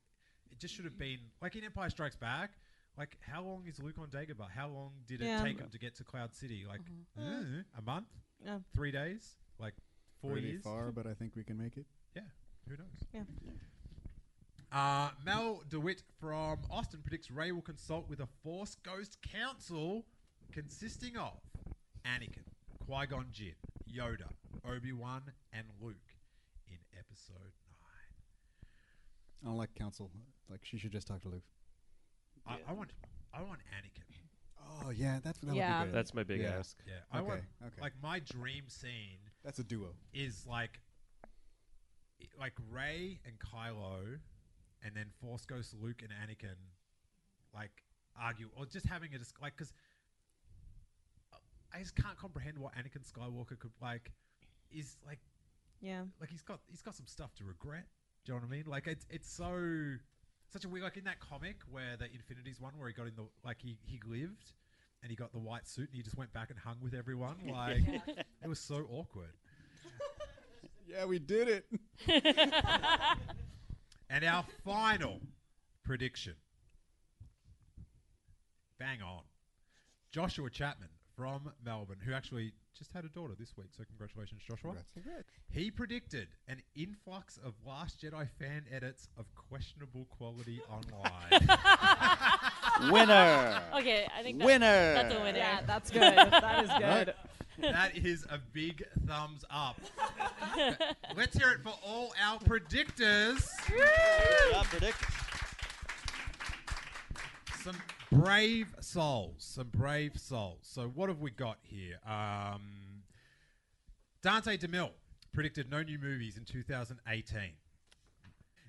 it just should have been like in Empire Strikes Back. Like how long is Luke on Dagobah? How long did it Yeah. take him to get to Cloud City? Like Mhm. uh, a month, Yeah. three days, like four Pretty years. far, but I think we can make it. Yeah, who knows? Yeah. Uh, Mel DeWitt from Austin predicts Ray will consult with a Force Ghost Council consisting of Anakin, Qui Gon Jinn, Yoda, Obi Wan, and Luke in episode 9. I don't like counsel. Like she should just talk to Luke. I, I want I want Anakin. Oh yeah, that's that Yeah. Would be good. That's my big Yeah. ask. Yeah, I okay. want okay. like my dream scene that's a duo. is like i- like Ray and Kylo, and then Force Ghost Luke and Anakin, like argue or just having a dis- like because I just can't comprehend what Anakin Skywalker could like is like Yeah. like he's got he's got some stuff to regret. Do you know what I mean? Like it's it's so such a weird like in that comic where the Infinities one where he got in the like he he lived and he got the white suit and he just went back and hung with everyone. Like it was so awkward. Yeah, we did it. And our final prediction. Bang on. Joshua Chapman from Melbourne, who actually just had a daughter this week, so congratulations, Joshua. Congrats. Congrats. He predicted an influx of Last Jedi fan edits of questionable quality online. Winner. Okay, I think that- winner. that's a winner. Yeah, that's good. that is Right. good. that is a big thumbs up. Let's hear it for all our predictors. Good job, predict. some brave souls. Some brave souls. So what have we got here? Um, Dante DeMille predicted no new movies in 2018.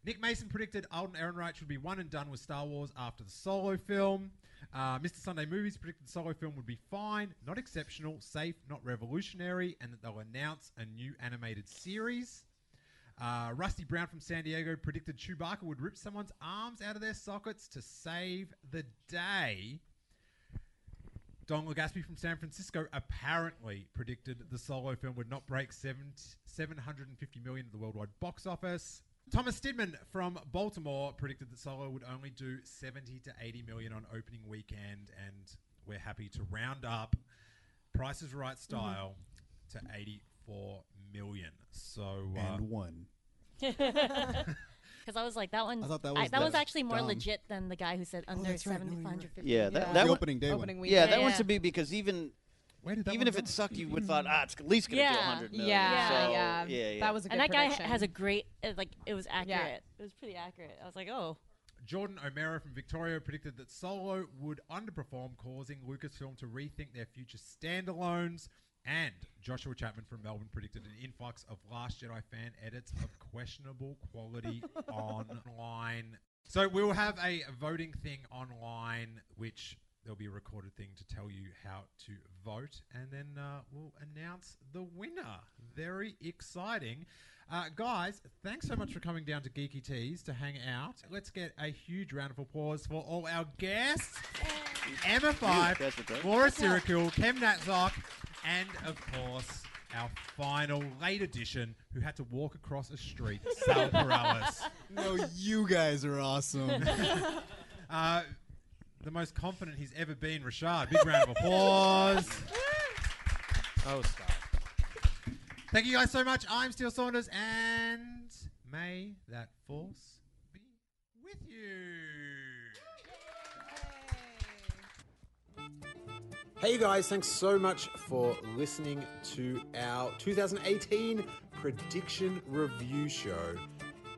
Nick Mason predicted Alden Ehrenreich would be one and done with Star Wars after the solo film. Uh, Mr. Sunday Movies predicted the solo film would be fine, not exceptional, safe, not revolutionary, and that they'll announce a new animated series. Uh, Rusty Brown from San Diego predicted Chewbacca would rip someone's arms out of their sockets to save the day. Don Legaspi from San Francisco apparently predicted the solo film would not break seven, 750 million at the worldwide box office. Thomas Stidman from Baltimore predicted that Solo would only do 70 to 80 million on opening weekend, and we're happy to round up Price is Right style to 84 million. So uh, and one. Because I was like, that one. I thought that I- was was the actually more dumb. legit than the guy who said under that's right. No, 750. Yeah, that, Yeah. that The one- opening day one. Opening Yeah, weekend. that one Yeah. should be because even even if it sucked, you would have thought, ah, it's at least gonna do Yeah. 100 million. Yeah. so, Yeah. yeah, yeah. was a And good that guy prediction. has a great, uh, like, it was accurate. It was pretty accurate. I was like, oh. Jordan O'Mara from Victoria predicted that Solo would underperform, causing Lucasfilm to rethink their future standalones. And Joshua Chapman from Melbourne predicted an influx of Last Jedi fan edits of questionable quality online. So we'll have a voting thing online, which there'll be a recorded thing to tell you how to vote, and then uh, we'll announce the winner. Very exciting. Uh, guys, thanks so much for coming down to Geeky Tees to hang out. Let's get a huge round of applause for all our guests Emma Five, guys were great. Laura Good job. Siricule, Kem Natzok, and of course, our final late edition who had to walk across a street, Sal Perales. No, you guys are awesome. Uh, the most confident he's ever been, Rashad. Big round of applause. oh, stop. Thank you guys so much. I'm Steel Saunders, and may that force be with you. Hey, you guys, thanks so much for listening to our 2018 prediction review show.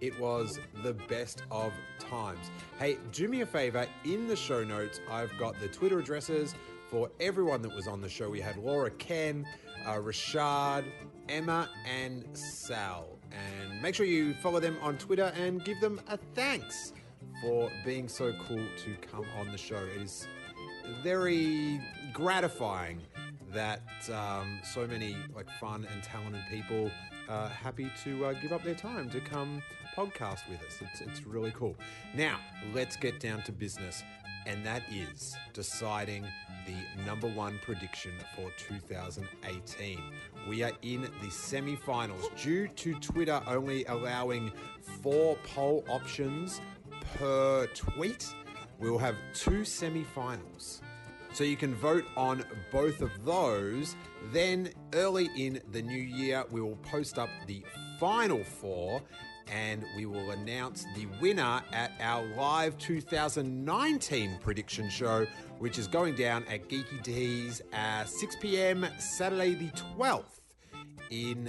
It was the best of times. Hey, do me a favor, in the show notes, I've got the Twitter addresses for everyone that was on the show. We had Laura, Ken, uh, Rashad, Emma, and Sal. And make sure you follow them on Twitter and give them a thanks for being so cool to come on the show. It is very gratifying that um, so many like fun and talented people are happy to uh, give up their time to come podcast with us. It's, it's really cool. Now, let's get down to business, and that is deciding the number one prediction for 2018. We are in the semi finals. Due to Twitter only allowing four poll options per tweet, we will have two semi-finals. So you can vote on both of those. Then early in the new year, we will post up the final four and we will announce the winner at our live 2019 prediction show, which is going down at Geeky D's uh, at 6 p.m. Saturday the 12th in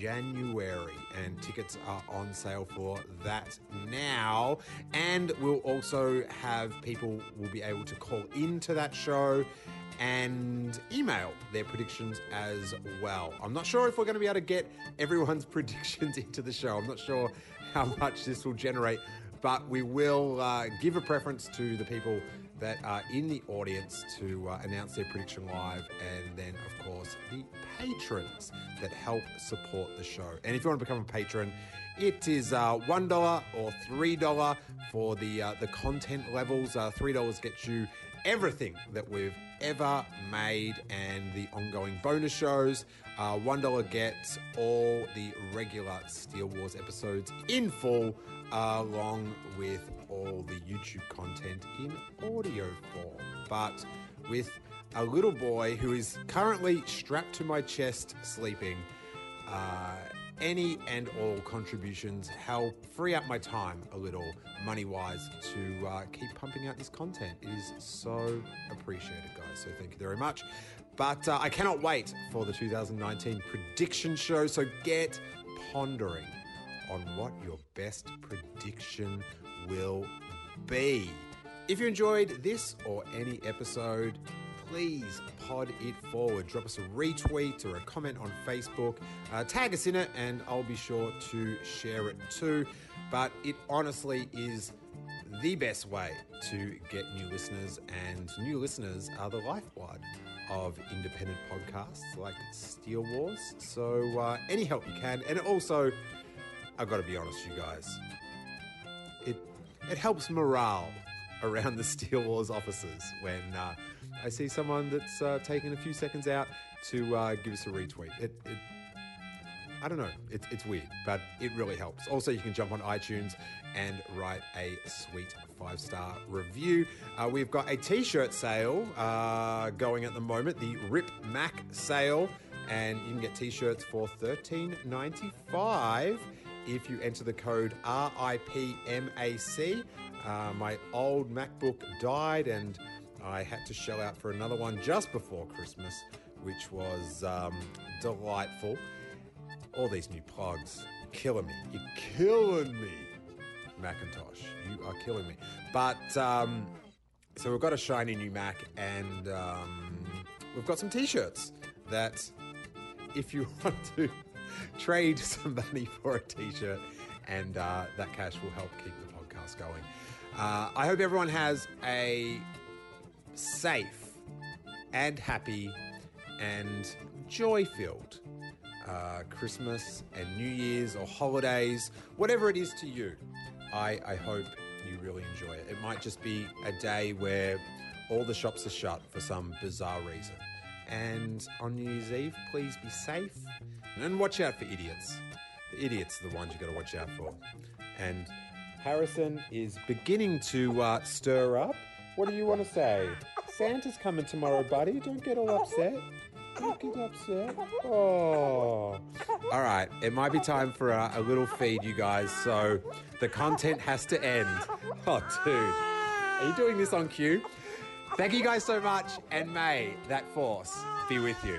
January, and tickets are on sale for that now. And we'll also have people will be able to call into that show and email their predictions as well. I'm not sure if we're going to be able to get everyone's predictions into the show. I'm not sure how much this will generate, but we will uh, give a preference to the people that are in the audience to uh, announce their prediction live, and then, of course, the patrons that help support the show. And if you want to become a patron, it is uh, one dollar or three dollar for the uh, the content levels. Uh, three dollars gets you everything that we've ever made and the ongoing bonus shows. Uh, $1 gets all the regular Steel Wars episodes in full, along with all the YouTube content in audio form. But with a little boy who is currently strapped to my chest sleeping, uh, any and all contributions help free up my time a little, money wise, to uh, keep pumping out this content. It is so appreciated, guys. So thank you very much. But uh, I cannot wait for the 2019 prediction show. So get pondering on what your best prediction will be. If you enjoyed this or any episode, please pod it forward. Drop us a retweet or a comment on Facebook. Uh, tag us in it, and I'll be sure to share it too. But it honestly is the best way to get new listeners, and new listeners are the lifeblood of independent podcasts like Steel Wars. So, uh, any help you can. And also, I've got to be honest, you guys, it it helps morale around the Steel Wars offices when uh, I see someone that's uh, taken a few seconds out to uh, give us a retweet. It, it I don't know, it's it's weird, but it really helps. Also, you can jump on iTunes and write a sweet five star review. Uh, we've got a t shirt sale uh, going at the moment, the Rip Mac sale, and you can get t shirts for $13.95. if you enter the code RIPMAC. Uh, my old MacBook died and I had to shell out for another one just before Christmas, which was um, delightful. All these new plugs, you're killing me. You're killing me, Macintosh. You are killing me. But um, so we've got a shiny new Mac, and um, we've got some T-shirts that, if you want to trade some money for a T-shirt, and uh, that cash will help keep the podcast going. Uh, I hope everyone has a safe and happy and joy-filled uh, Christmas and New Year's or holidays, whatever it is to you. I, I hope you really enjoy it. It might just be a day where all the shops are shut for some bizarre reason. And on New Year's Eve, please be safe and watch out for idiots. The idiots are the ones you got to watch out for. And Harrison is beginning to uh, stir up. What do you want to say? Santa's coming tomorrow, buddy. Don't get all upset. Don't get upset. Oh. All right, it might be time for a, a little feed, you guys. So the content has to end. Oh, dude, are you doing this on cue? Thank you guys so much, and may that force be with you.